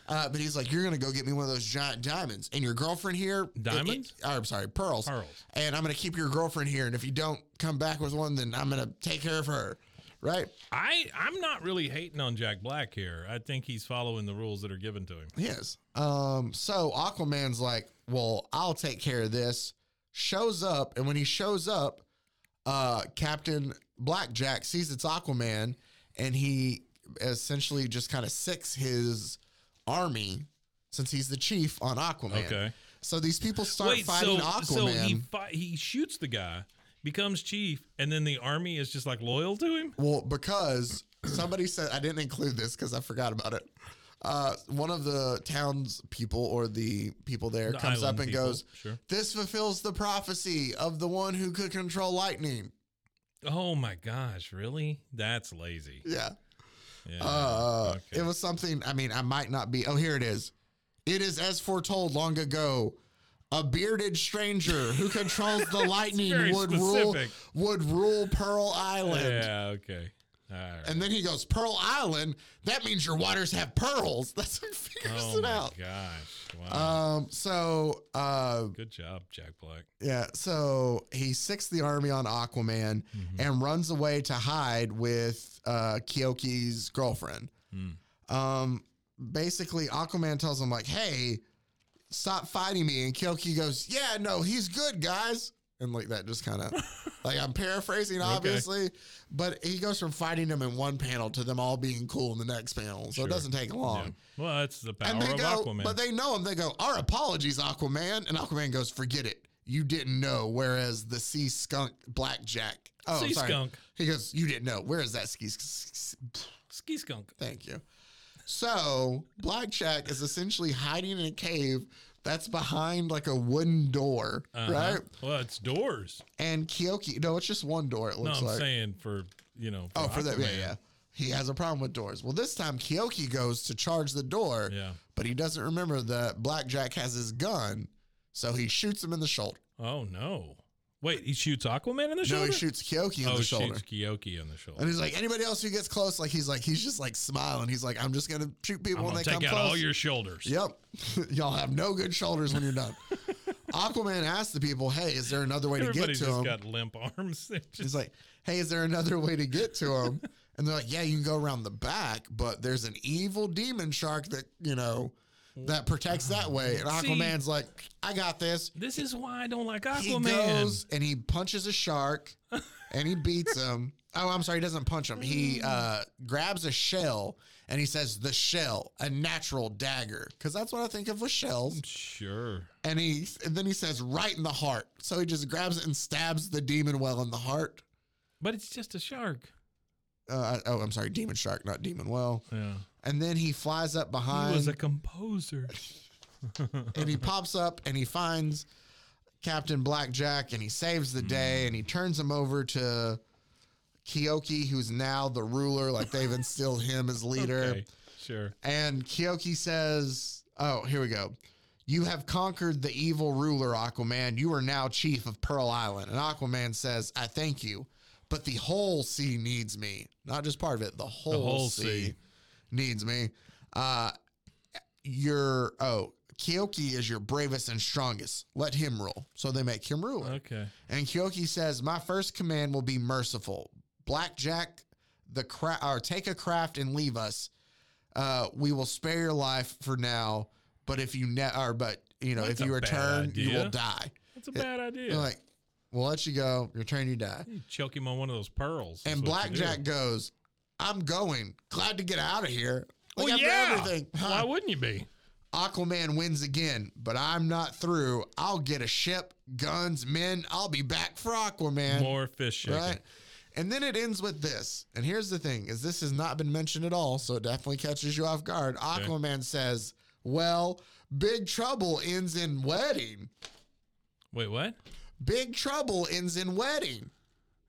Uh, but he's like, you're gonna go get me one of those giant diamonds, and your girlfriend here, Diamonds? It, it- or, I'm sorry, pearls. Pearls. And I'm gonna keep your girlfriend here, and if you don't come back with one, then I'm gonna take care of her. Right? I I'm not really hating on Jack Black here. I think he's following the rules that are given to him. Yes. Um. So Aquaman's like, well, I'll take care of this. Shows up, and when he shows up, uh, Captain Blackjack sees it's Aquaman, and he essentially just kind of sicks his army since he's the chief on Aquaman. Okay. So these people start fighting Aquaman. so he fi- he shoots the guy, becomes chief, and then the army is just like loyal to him. Well, because somebody said I didn't include this because I forgot about it. Uh, one of the town's people or the people there The comes up island and people, goes, sure. "This fulfills the prophecy of the one who could control lightning." Oh my gosh, really? That's lazy. Yeah, Yeah. uh, okay. it was something. I mean, I might not be. Oh, here it is. It is as foretold long ago. A bearded stranger who controls the lightning very would specific. rule would rule Pearl Island. yeah. Okay. All right. And then he goes, Pearl Island? That means your waters have pearls. That's what figures oh it my out. gosh! Wow. Um, so uh Good job, Jack Black. yeah, so he sicks the army on Aquaman Mm-hmm. and runs away to hide with uh Kyoki's girlfriend. Hmm. Um basically Aquaman tells him like, "Hey, stop fighting me." And Kyoki goes, "Yeah, no, he's good, guys." And like that just kind of like I'm paraphrasing obviously, but he goes from fighting them in one panel to them all being cool in the next panel. So Sure. it doesn't take long. Yeah. Well, that's the power And they of go, Aquaman. but they know him. They go, "Our apologies, Aquaman." And Aquaman goes, "Forget it. You didn't know." Whereas the sea skunk blackjack, oh, Sea sorry. skunk. he goes, "You didn't know." Where is that ski? s- s- Ski skunk. Thank you. So blackjack is essentially hiding in a cave that's behind like a wooden door, Uh-huh. right? Well, it's doors. And Kyoki, no, it's just one door. It No, looks I'm like. saying for you know. Oh, for that, yeah, Aquaman. yeah. He has a problem with doors. Well, this time Kyoki goes to charge the door, Yeah. but he doesn't remember that Blackjack has his gun, so he shoots him in the shoulder. Oh no! Wait, he shoots Aquaman in the shoulder. No, he shoots Kyoki in oh, the he shoulder. shoots Kyoki in the shoulder. And he's like, anybody else who gets close, like he's like, he's just like smiling. He's like, I'm just gonna shoot people I'm gonna when they take come out close. all your shoulders. yep, y'all have no good shoulders when you're done. Aquaman asks the people, hey, is there another way Everybody to get to just him? got limp arms. They're just- He's like, "Hey, is there another way to get to him?" And they're like, "Yeah, you can go around the back, but there's an evil demon shark that you know that protects that way." And See- Aquaman's like, "I got this." this is why I don't like He Aquaman. goes and he punches a shark, and he beats him. Oh, I'm sorry, he doesn't punch him. He uh, grabs a shell and he says, "The shell, a natural dagger," because that's what I think of with shells. Sure. And he and then he says, "Right in the heart." So he just grabs it and stabs the demon well in the heart. But it's just a shark. uh, oh, I'm sorry, Demon Shark, not Demon Well. Yeah. And then he flies up He behind was a composer. and he pops up and he finds Captain Blackjack and he saves the day Mm. and he turns him over to Kyoki, who's now the ruler. Like they've instilled him as leader. Okay, sure. And Kyoki says, Oh, here we go. You have conquered the evil ruler, Aquaman. You are now chief of Pearl Island. And Aquaman says, I thank you, but the whole sea needs me. Not just part of it, the whole, whole sea, sea. needs me. Uh, your, oh, Kyoki is your bravest and strongest. Let him rule. So they make him ruler. Okay. And Kyoki says, "My first command will be merciful. Blackjack, the cra- or take a craft and leave us. Uh, we will spare your life for now, but if you ne- or but you know That's if you a bad return, you will idea. die. That's a bad idea. They're Like we'll let you go. Return, you die." you choke him on one of those pearls. and That's what you do. Blackjack goes, "I'm going. Glad to get out of here." Like Well, after Oh, yeah. everything, Why wouldn't you be? Aquaman wins again, but I'm not through. I'll get a ship, guns, men. I'll be back for Aquaman. More fish shaking. right? And then it ends with this. And here's the thing: is this has not been mentioned at all, so it definitely catches you off guard. Aquaman says, "Well, Big Trouble ends in wedding. Wait, what? Big Trouble ends in wedding."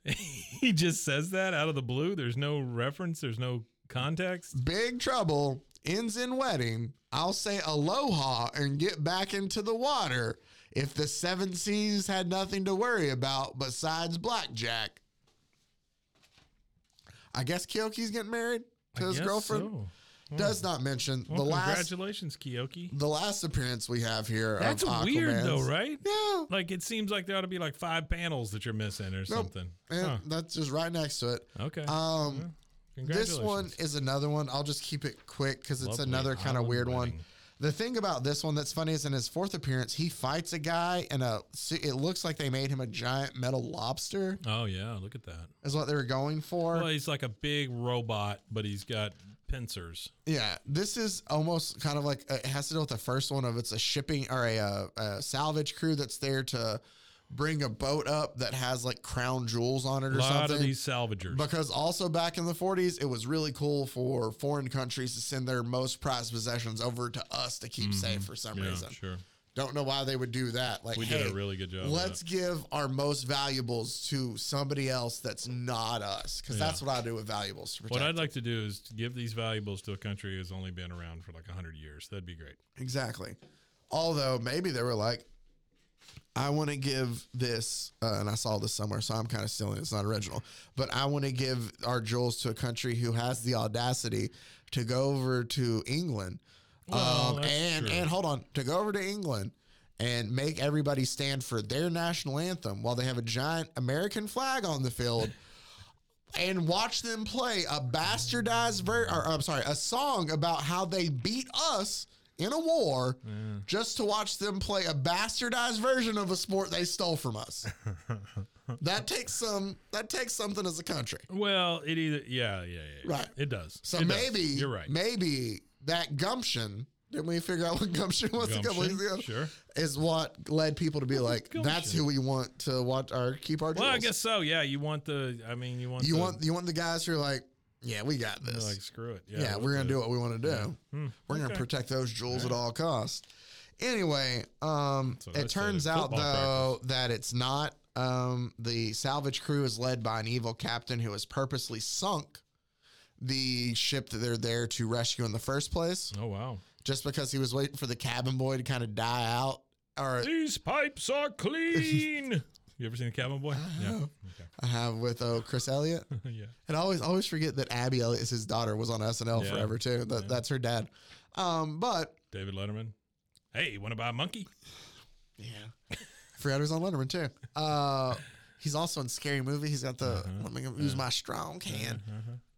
he just says that out of the blue. There's no reference. There's no context. Big Trouble ends in wedding. I'll say aloha and get back into the water. If the seven seas had nothing to worry about besides blackjack, I guess Kyoki's getting married I to his guess girlfriend. so. does not mention Mm. Well, the last congratulations, Kioki. the last appearance we have here. of That's weird, though, Aquaman's- right? Yeah, Like it seems like there ought to be like five panels that you're missing or something. and Huh. that's just right next to it. Okay. Um, Congratulations. this one is another one. I'll just keep it quick because it's Lovely another kind of island weird one. wedding. The thing about this one that's funny is in his fourth appearance, he fights a guy and a. su- It looks like they made him a giant metal lobster. Oh yeah, look at that. Is what they were going for. Well, he's like a big robot, but he's got pincers. Yeah, this is almost kind of like uh, it has to do with the first one of it's a shipping or a, uh a salvage crew that's there to bring a boat up that has like crown jewels on it A or lot something. of these salvagers. because also back in the 40s, it was really cool for foreign countries to send their most prized possessions over to us to keep safe for some Mm-hmm. yeah, reason. sure. Don't know why they would do that. Like We hey, did a really good job. of Let's that. give our most valuables to somebody else that's not us, because that's what I do with valuables. To What protect I'd like to do is to give these valuables to a country who's only been around for like hundred years. That'd be great. Exactly. Although maybe they were like, I want to give this, uh, and I saw this somewhere, so I'm kind of stealing. it, It's not original, but I want to give our jewels to a country who has the audacity to go over to England, Well, Oh, um, that's and true. and hold on, to go over to England and make everybody stand for their national anthem while they have a giant American flag on the field. And watch them play a bastardized ver- or I'm sorry, a song about how they beat us in a war just to watch them play a bastardized version of a sport they stole from us. that takes some that takes something as a country. Well, it either yeah, yeah, yeah. yeah. Right. It does. So It does. maybe you're right. Maybe that gumption didn't we figure out what gumption was a couple Gumption, weeks ago? Sure. Is what led people to be like, that's gumption? who we want to watch or keep our Well, I jewels." guess so. Yeah, you want the. I mean, you want you the, want you want the guys who are like, Yeah, we got they're this. like screw it. Yeah, we're gonna do what we want to do. We're gonna Okay. protect those jewels at all costs. Anyway, um, That's what I it said turns in out football though that it's not. Um, the salvage crew is led by an evil captain who has purposely sunk the ship that they're there to rescue in the first place, Oh wow! just because he was waiting for the cabin boy to kind of die out. Or These pipes are clean. you ever seen the Cabin Boy? Yeah. I have with oh Chris Elliott. yeah. And I always always forget that Abby Elliott is his daughter was on SNL Yeah. forever too. That, That's her dad. Um, but David Letterman. Hey, you want to buy a monkey? Yeah. Forgot he was on Letterman too. Uh, he's also in Scary Movie. He's got the Uh-huh. let me use my strong hand.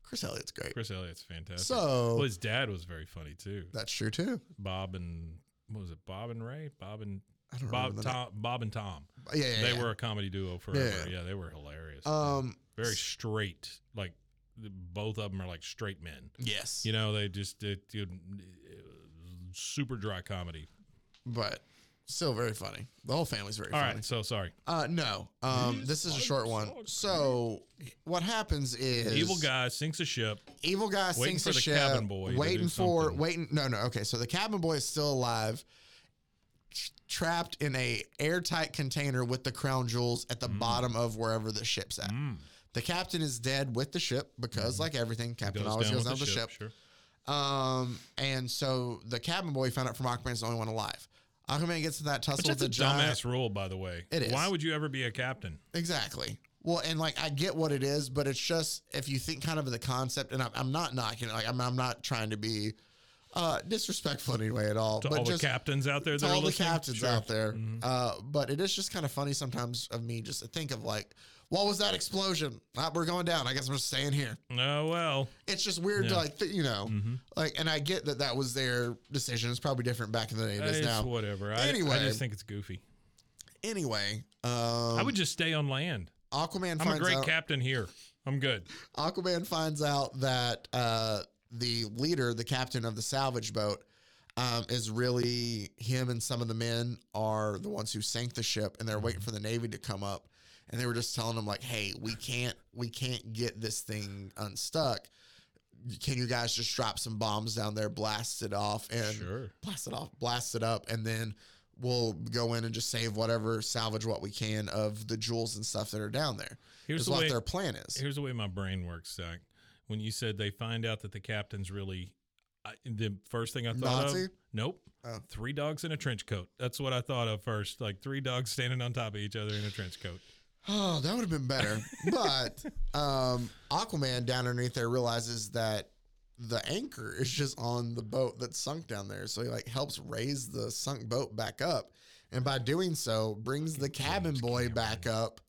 Chris Elliott's great. Chris Elliott's fantastic. So- well, his dad was very funny too. That's true too. Bob and what was it? Bob and Ray. Bob and I don't Bob remember the Tom. Bob and Tom. Yeah, yeah, they yeah. were a comedy duo forever. Yeah, Yeah, yeah. they were hilarious. Um, very straight. Like the- both of them are like straight men. yes, You know, they just it, it, super dry comedy. but still very funny. The whole family's very All funny. right, so sorry. Uh, no, um, this is a short one. So what happens is Evil guy sinks a ship. evil guy Waiting sinks for a the ship, cabin boy to waiting do for something. waiting. No, no. Okay, so the cabin boy is still alive. t- trapped in a airtight container with the crown jewels at the Mm. bottom of wherever the ship's at. The captain is dead with the ship because, Mm-hmm. like everything, captain always goes down with the ship. Sure. Um, and so the cabin boy found out from Aquaman's the only one alive. Aquaman gets in that tussle Which with that's the a giant. dumbass rule, by the way. It is. Why would you ever be a captain? Exactly. Well, and like I get what it is, but it's just if you think kind of of the concept, and I'm, I'm not knocking it. Like I'm, I'm not trying to be uh, disrespectful in any way at all. To but all just the captains out there, to that are all the listening? captains Sure. Mm-hmm. out there. Uh, but it is just kind of funny sometimes of me just to think of like, what was that explosion? Ah, we're going down. I guess we're staying here. Oh well. It's just weird Yeah. to Mm-hmm. like, th- you know, like, and I get that that was their decision. It's probably different back in the day than it is It's now. whatever. I, Anyway. I just think it's goofy. Anyway, um, I would just stay on land. Aquaman I'm a finds great out. captain here. I'm good. Aquaman finds out that uh, the leader, the captain of the salvage boat, um, is really him and some of the men are the ones who sank the ship, and they're waiting Mm-hmm. for the navy to come up, and they were just telling them like, "Hey, we can't, we can't get this thing unstuck. Can you guys just drop some bombs down there, blast it off, and Sure. blast it off, blast it up, and then." We'll go in and just save whatever, salvage what we can of the jewels and stuff that are down there. Here's is the what way- their plan is. Here's the way my brain works, Zach. When you said they find out that the captain's really, I, the first thing I thought Nazi? of, nope, Oh. three dogs in a trench coat. That's what I thought of first, like three dogs standing on top of each other in a trench coat. Oh, that would have been better. But um, Aquaman down underneath there realizes that the anchor is just on the boat that's sunk down there. So he like helps raise the sunk boat back up, and by doing so, brings the cabin boy back up.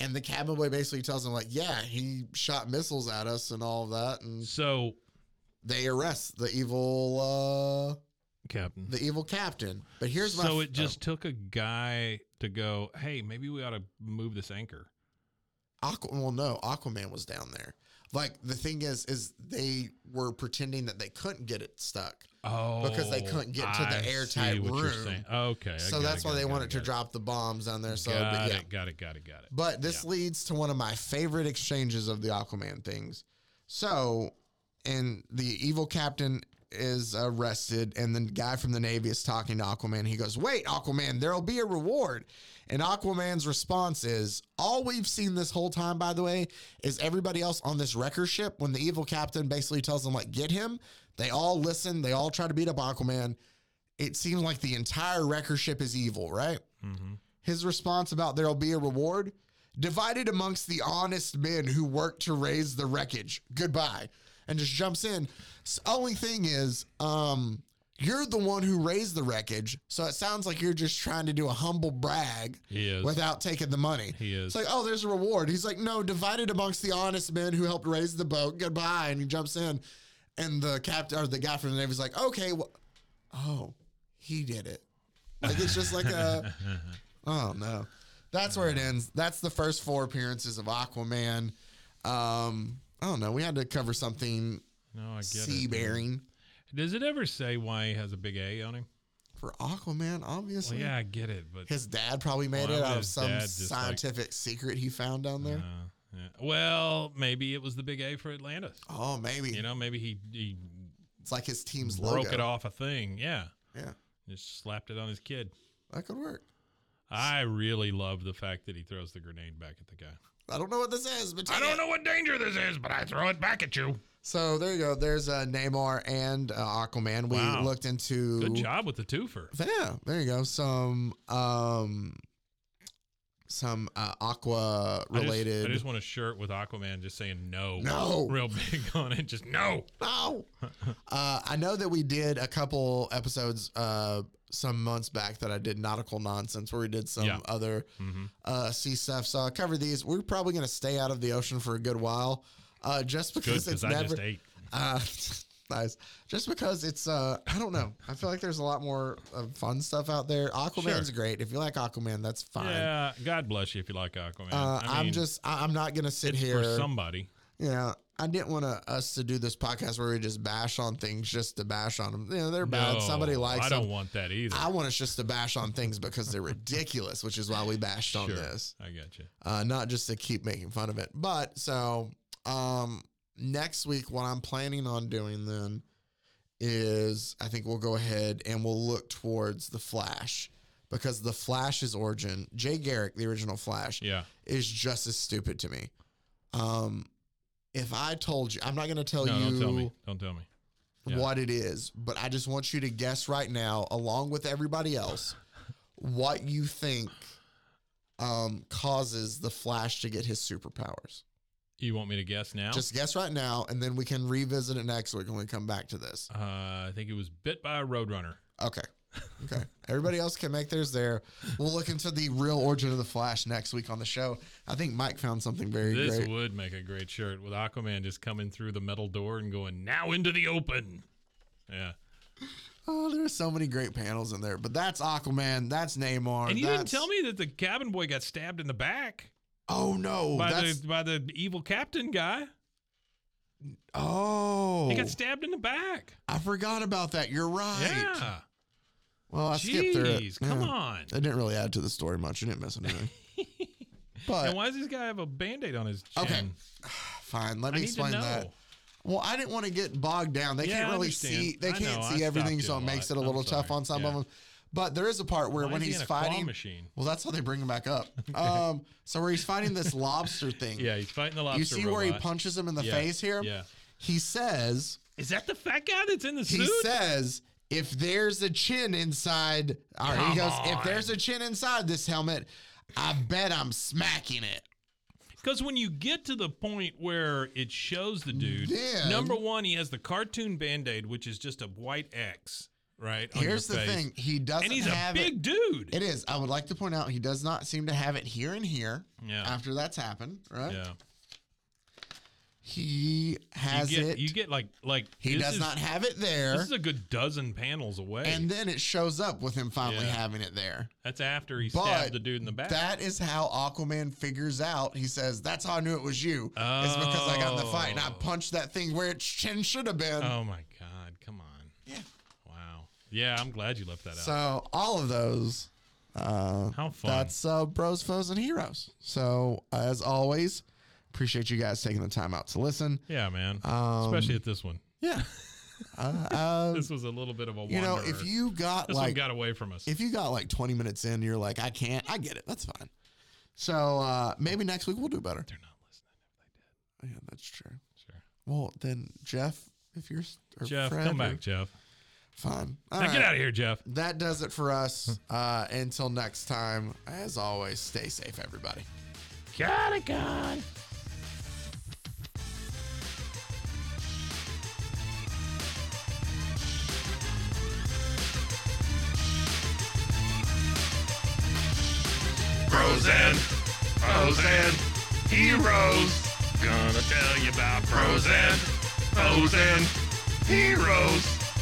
And the cabin boy basically tells him like, "Yeah, he shot missiles at us and all of that." And So, they arrest the evil, uh, Captain, the evil captain. But here's my so f- oh. it just took a guy to go, hey, maybe we ought to move this anchor. Aqua, well, no, Aquaman was down there. Like the thing is, is they were pretending that they couldn't get it stuck, Oh, Because they couldn't get to the I see airtight what you're room. saying. Okay, I so got it, that's why got it, they got wanted it, to got it. drop the bombs down there. So, got but yeah. it, got it, got it, got it. But this Yeah. leads to one of my favorite exchanges of the Aquaman things. So, and the evil captain is arrested, and the guy from the Navy is talking to Aquaman. He goes, Wait, Aquaman, there'll be a reward. And Aquaman's response is, All we've seen this whole time, by the way, is everybody else on this wrecker ship. When the evil captain basically tells them, like, get him, they all listen, they all try to beat up Aquaman. It seems like the entire wrecker ship is evil, right? His response about there'll be a reward divided amongst the honest men who work to raise the wreckage. Goodbye. And just jumps in. S- only thing is, um, you're the one who raised the wreckage. So it sounds like you're just trying to do a humble brag He is. without taking the money. He is. It's like, oh, there's a reward. He's like, no, divided amongst the honest men who helped raise the boat. Goodbye. And he jumps in. And the captain or the guy from the Navy's like, okay, well, oh, he did it. Like it's just like a oh no. That's where it ends. That's the first four appearances of Aquaman. Um, I don't know. We had to cover something no, I get sea it. bearing Does it ever say why he has a big A on him? for Aquaman, Well, obviously. yeah, I get it, but His dad probably made Why it would out of his some dad just, like- scientific secret he found down there. uh, yeah. well, maybe it was the big A for Atlanta. oh, maybe. You know, maybe he he it's like his team's broke logo. it off a thing. Yeah, Yeah. just slapped it on his kid. That could work. I really love the fact that he throws the grenade back at the guy. I don't know what this is, but I take it. don't know what danger this is, but I throw it back at you. So there you go. There's uh, Namor and uh, Aquaman. We Wow. looked into Good job with the twofer. Yeah, there you go. Some um some uh, aqua I just- I related. just, want a shirt with Aquaman just saying no, No. real big on it. Just no. Ow. uh, I know that we did a couple episodes uh some months back that I did nautical nonsense where we did some Yeah. other uh sea stuff. So I covered these. We're probably gonna stay out of the ocean for a good while. Uh just Good because because it's I never just ate. Uh, nice. Just because it's, uh, I don't know. I feel like there's a lot more uh, fun stuff out there. Aquaman's Sure. great. If you like Aquaman, that's fine. Yeah, God bless you if you like Aquaman. Uh, I I'm mean, just, I, I'm not gonna sit here. for somebody. you know, I didn't want to, us to do this podcast where we just bash on things just to bash on them. You know, they're bad. No, Somebody likes I don't them. want that either. I want us just to bash on things because they're ridiculous, which is why we bashed on Sure. this I got you. uh, not just to keep making fun of it. But so um, next week, what I'm planning on doing then is I think we'll go ahead and we'll look towards the Flash because the Flash's origin, Jay Garrick, the original Flash, Yeah. is just as stupid to me. Um, if I told you, I'm not going to tell no, you don't tell me. Don't tell me. Yeah. what it is, but I just want you to guess right now, along with everybody else, what you think um, causes the Flash to get his superpowers. You want me to guess now? Just guess right now, and then we can revisit it next week when we come back to this. uh, I think it was bit by a roadrunner. Okay. Okay. Everybody else can make theirs there. We'll look into the real origin of the Flash next week on the show. I think Mike found something very This great. would make a great shirt with Aquaman just coming through the metal door and going now into the open. Yeah. oh, there are so many great panels in there. But that's Aquaman. That's Namor. And you didn't that's- tell me that the cabin boy got stabbed in the back Oh no. by That's the by the evil captain guy. oh. He got stabbed in the back. I forgot about that. You're Oh. right. Yeah. Well, I skipped through it. Jeez, come Yeah. on. It didn't really add to the story much. You didn't miss anything. And but why does this guy have a band-aid on his chin? Okay. fine, let I me need explain to know. that. Well, I didn't want to get bogged down. They Yeah, can't I really understand. see. They I can't know, I see stopped everything, you so a it makes it lot. a I'm little tough sorry. on some Yeah. of them. But there is a part where Why when is he he's in a claw fighting, machine. well, that's how they bring him back up. Um, so where he's fighghting this lobster thing, Yeah, he's fighting the lobster. you see where he robot. punches him in the Yeah, face here. yeah. He says, Is that the fat guy that's in the he suit? says, if there's a chin inside, all right, he Come goes, if there's on. a chin inside this helmet, I bet I'm smacking it. Because when you get to the point where it shows the dude, Then- number one, he has the cartoon band-aid, which is just a white X, right? on your Here's the face. thing: he doesn't And he's a have big it. dude. It is. I would like to point out he does not seem to have it here and here. Yeah. After that's happened, right? yeah. He has you get, it. You get like like he this does is- not have it there. This is a good dozen panels away. and then it shows up with him finally Yeah. having it there. that's after he But stabbed the dude in the back. that is how Aquaman figures out. He says, "That's how I knew it was you. It's because I got in the fight and I Oh. punched that thing where its chin should have been." oh my god! Come on. Yeah. Wow. Yeah, I'm glad you left that out. So all of those. Uh, How fun. That's uh, Bros, Foes, and Heroes. So as always, appreciate you guys taking the time out to listen. Yeah, man. Um, Especially at this one. Yeah. uh, uh, This was a little bit of a wanderer. you know, if you got this one like got away from us. if you got like 20 minutes in, you're like, I can't. I get it. That's fine. So uh, maybe next week we'll do better. They're not listening. Yeah, that's true. Sure. Well, then Jeff, if you're s- or Jeff, Fred come or- back, Jeff. Fine. All Now right. get out of here, Jeff. That does it for us. Uh, until next time, as always, stay safe, everybody. Got it, God. Bros and foes and heroes. Gonna tell you about bros and foes and heroes.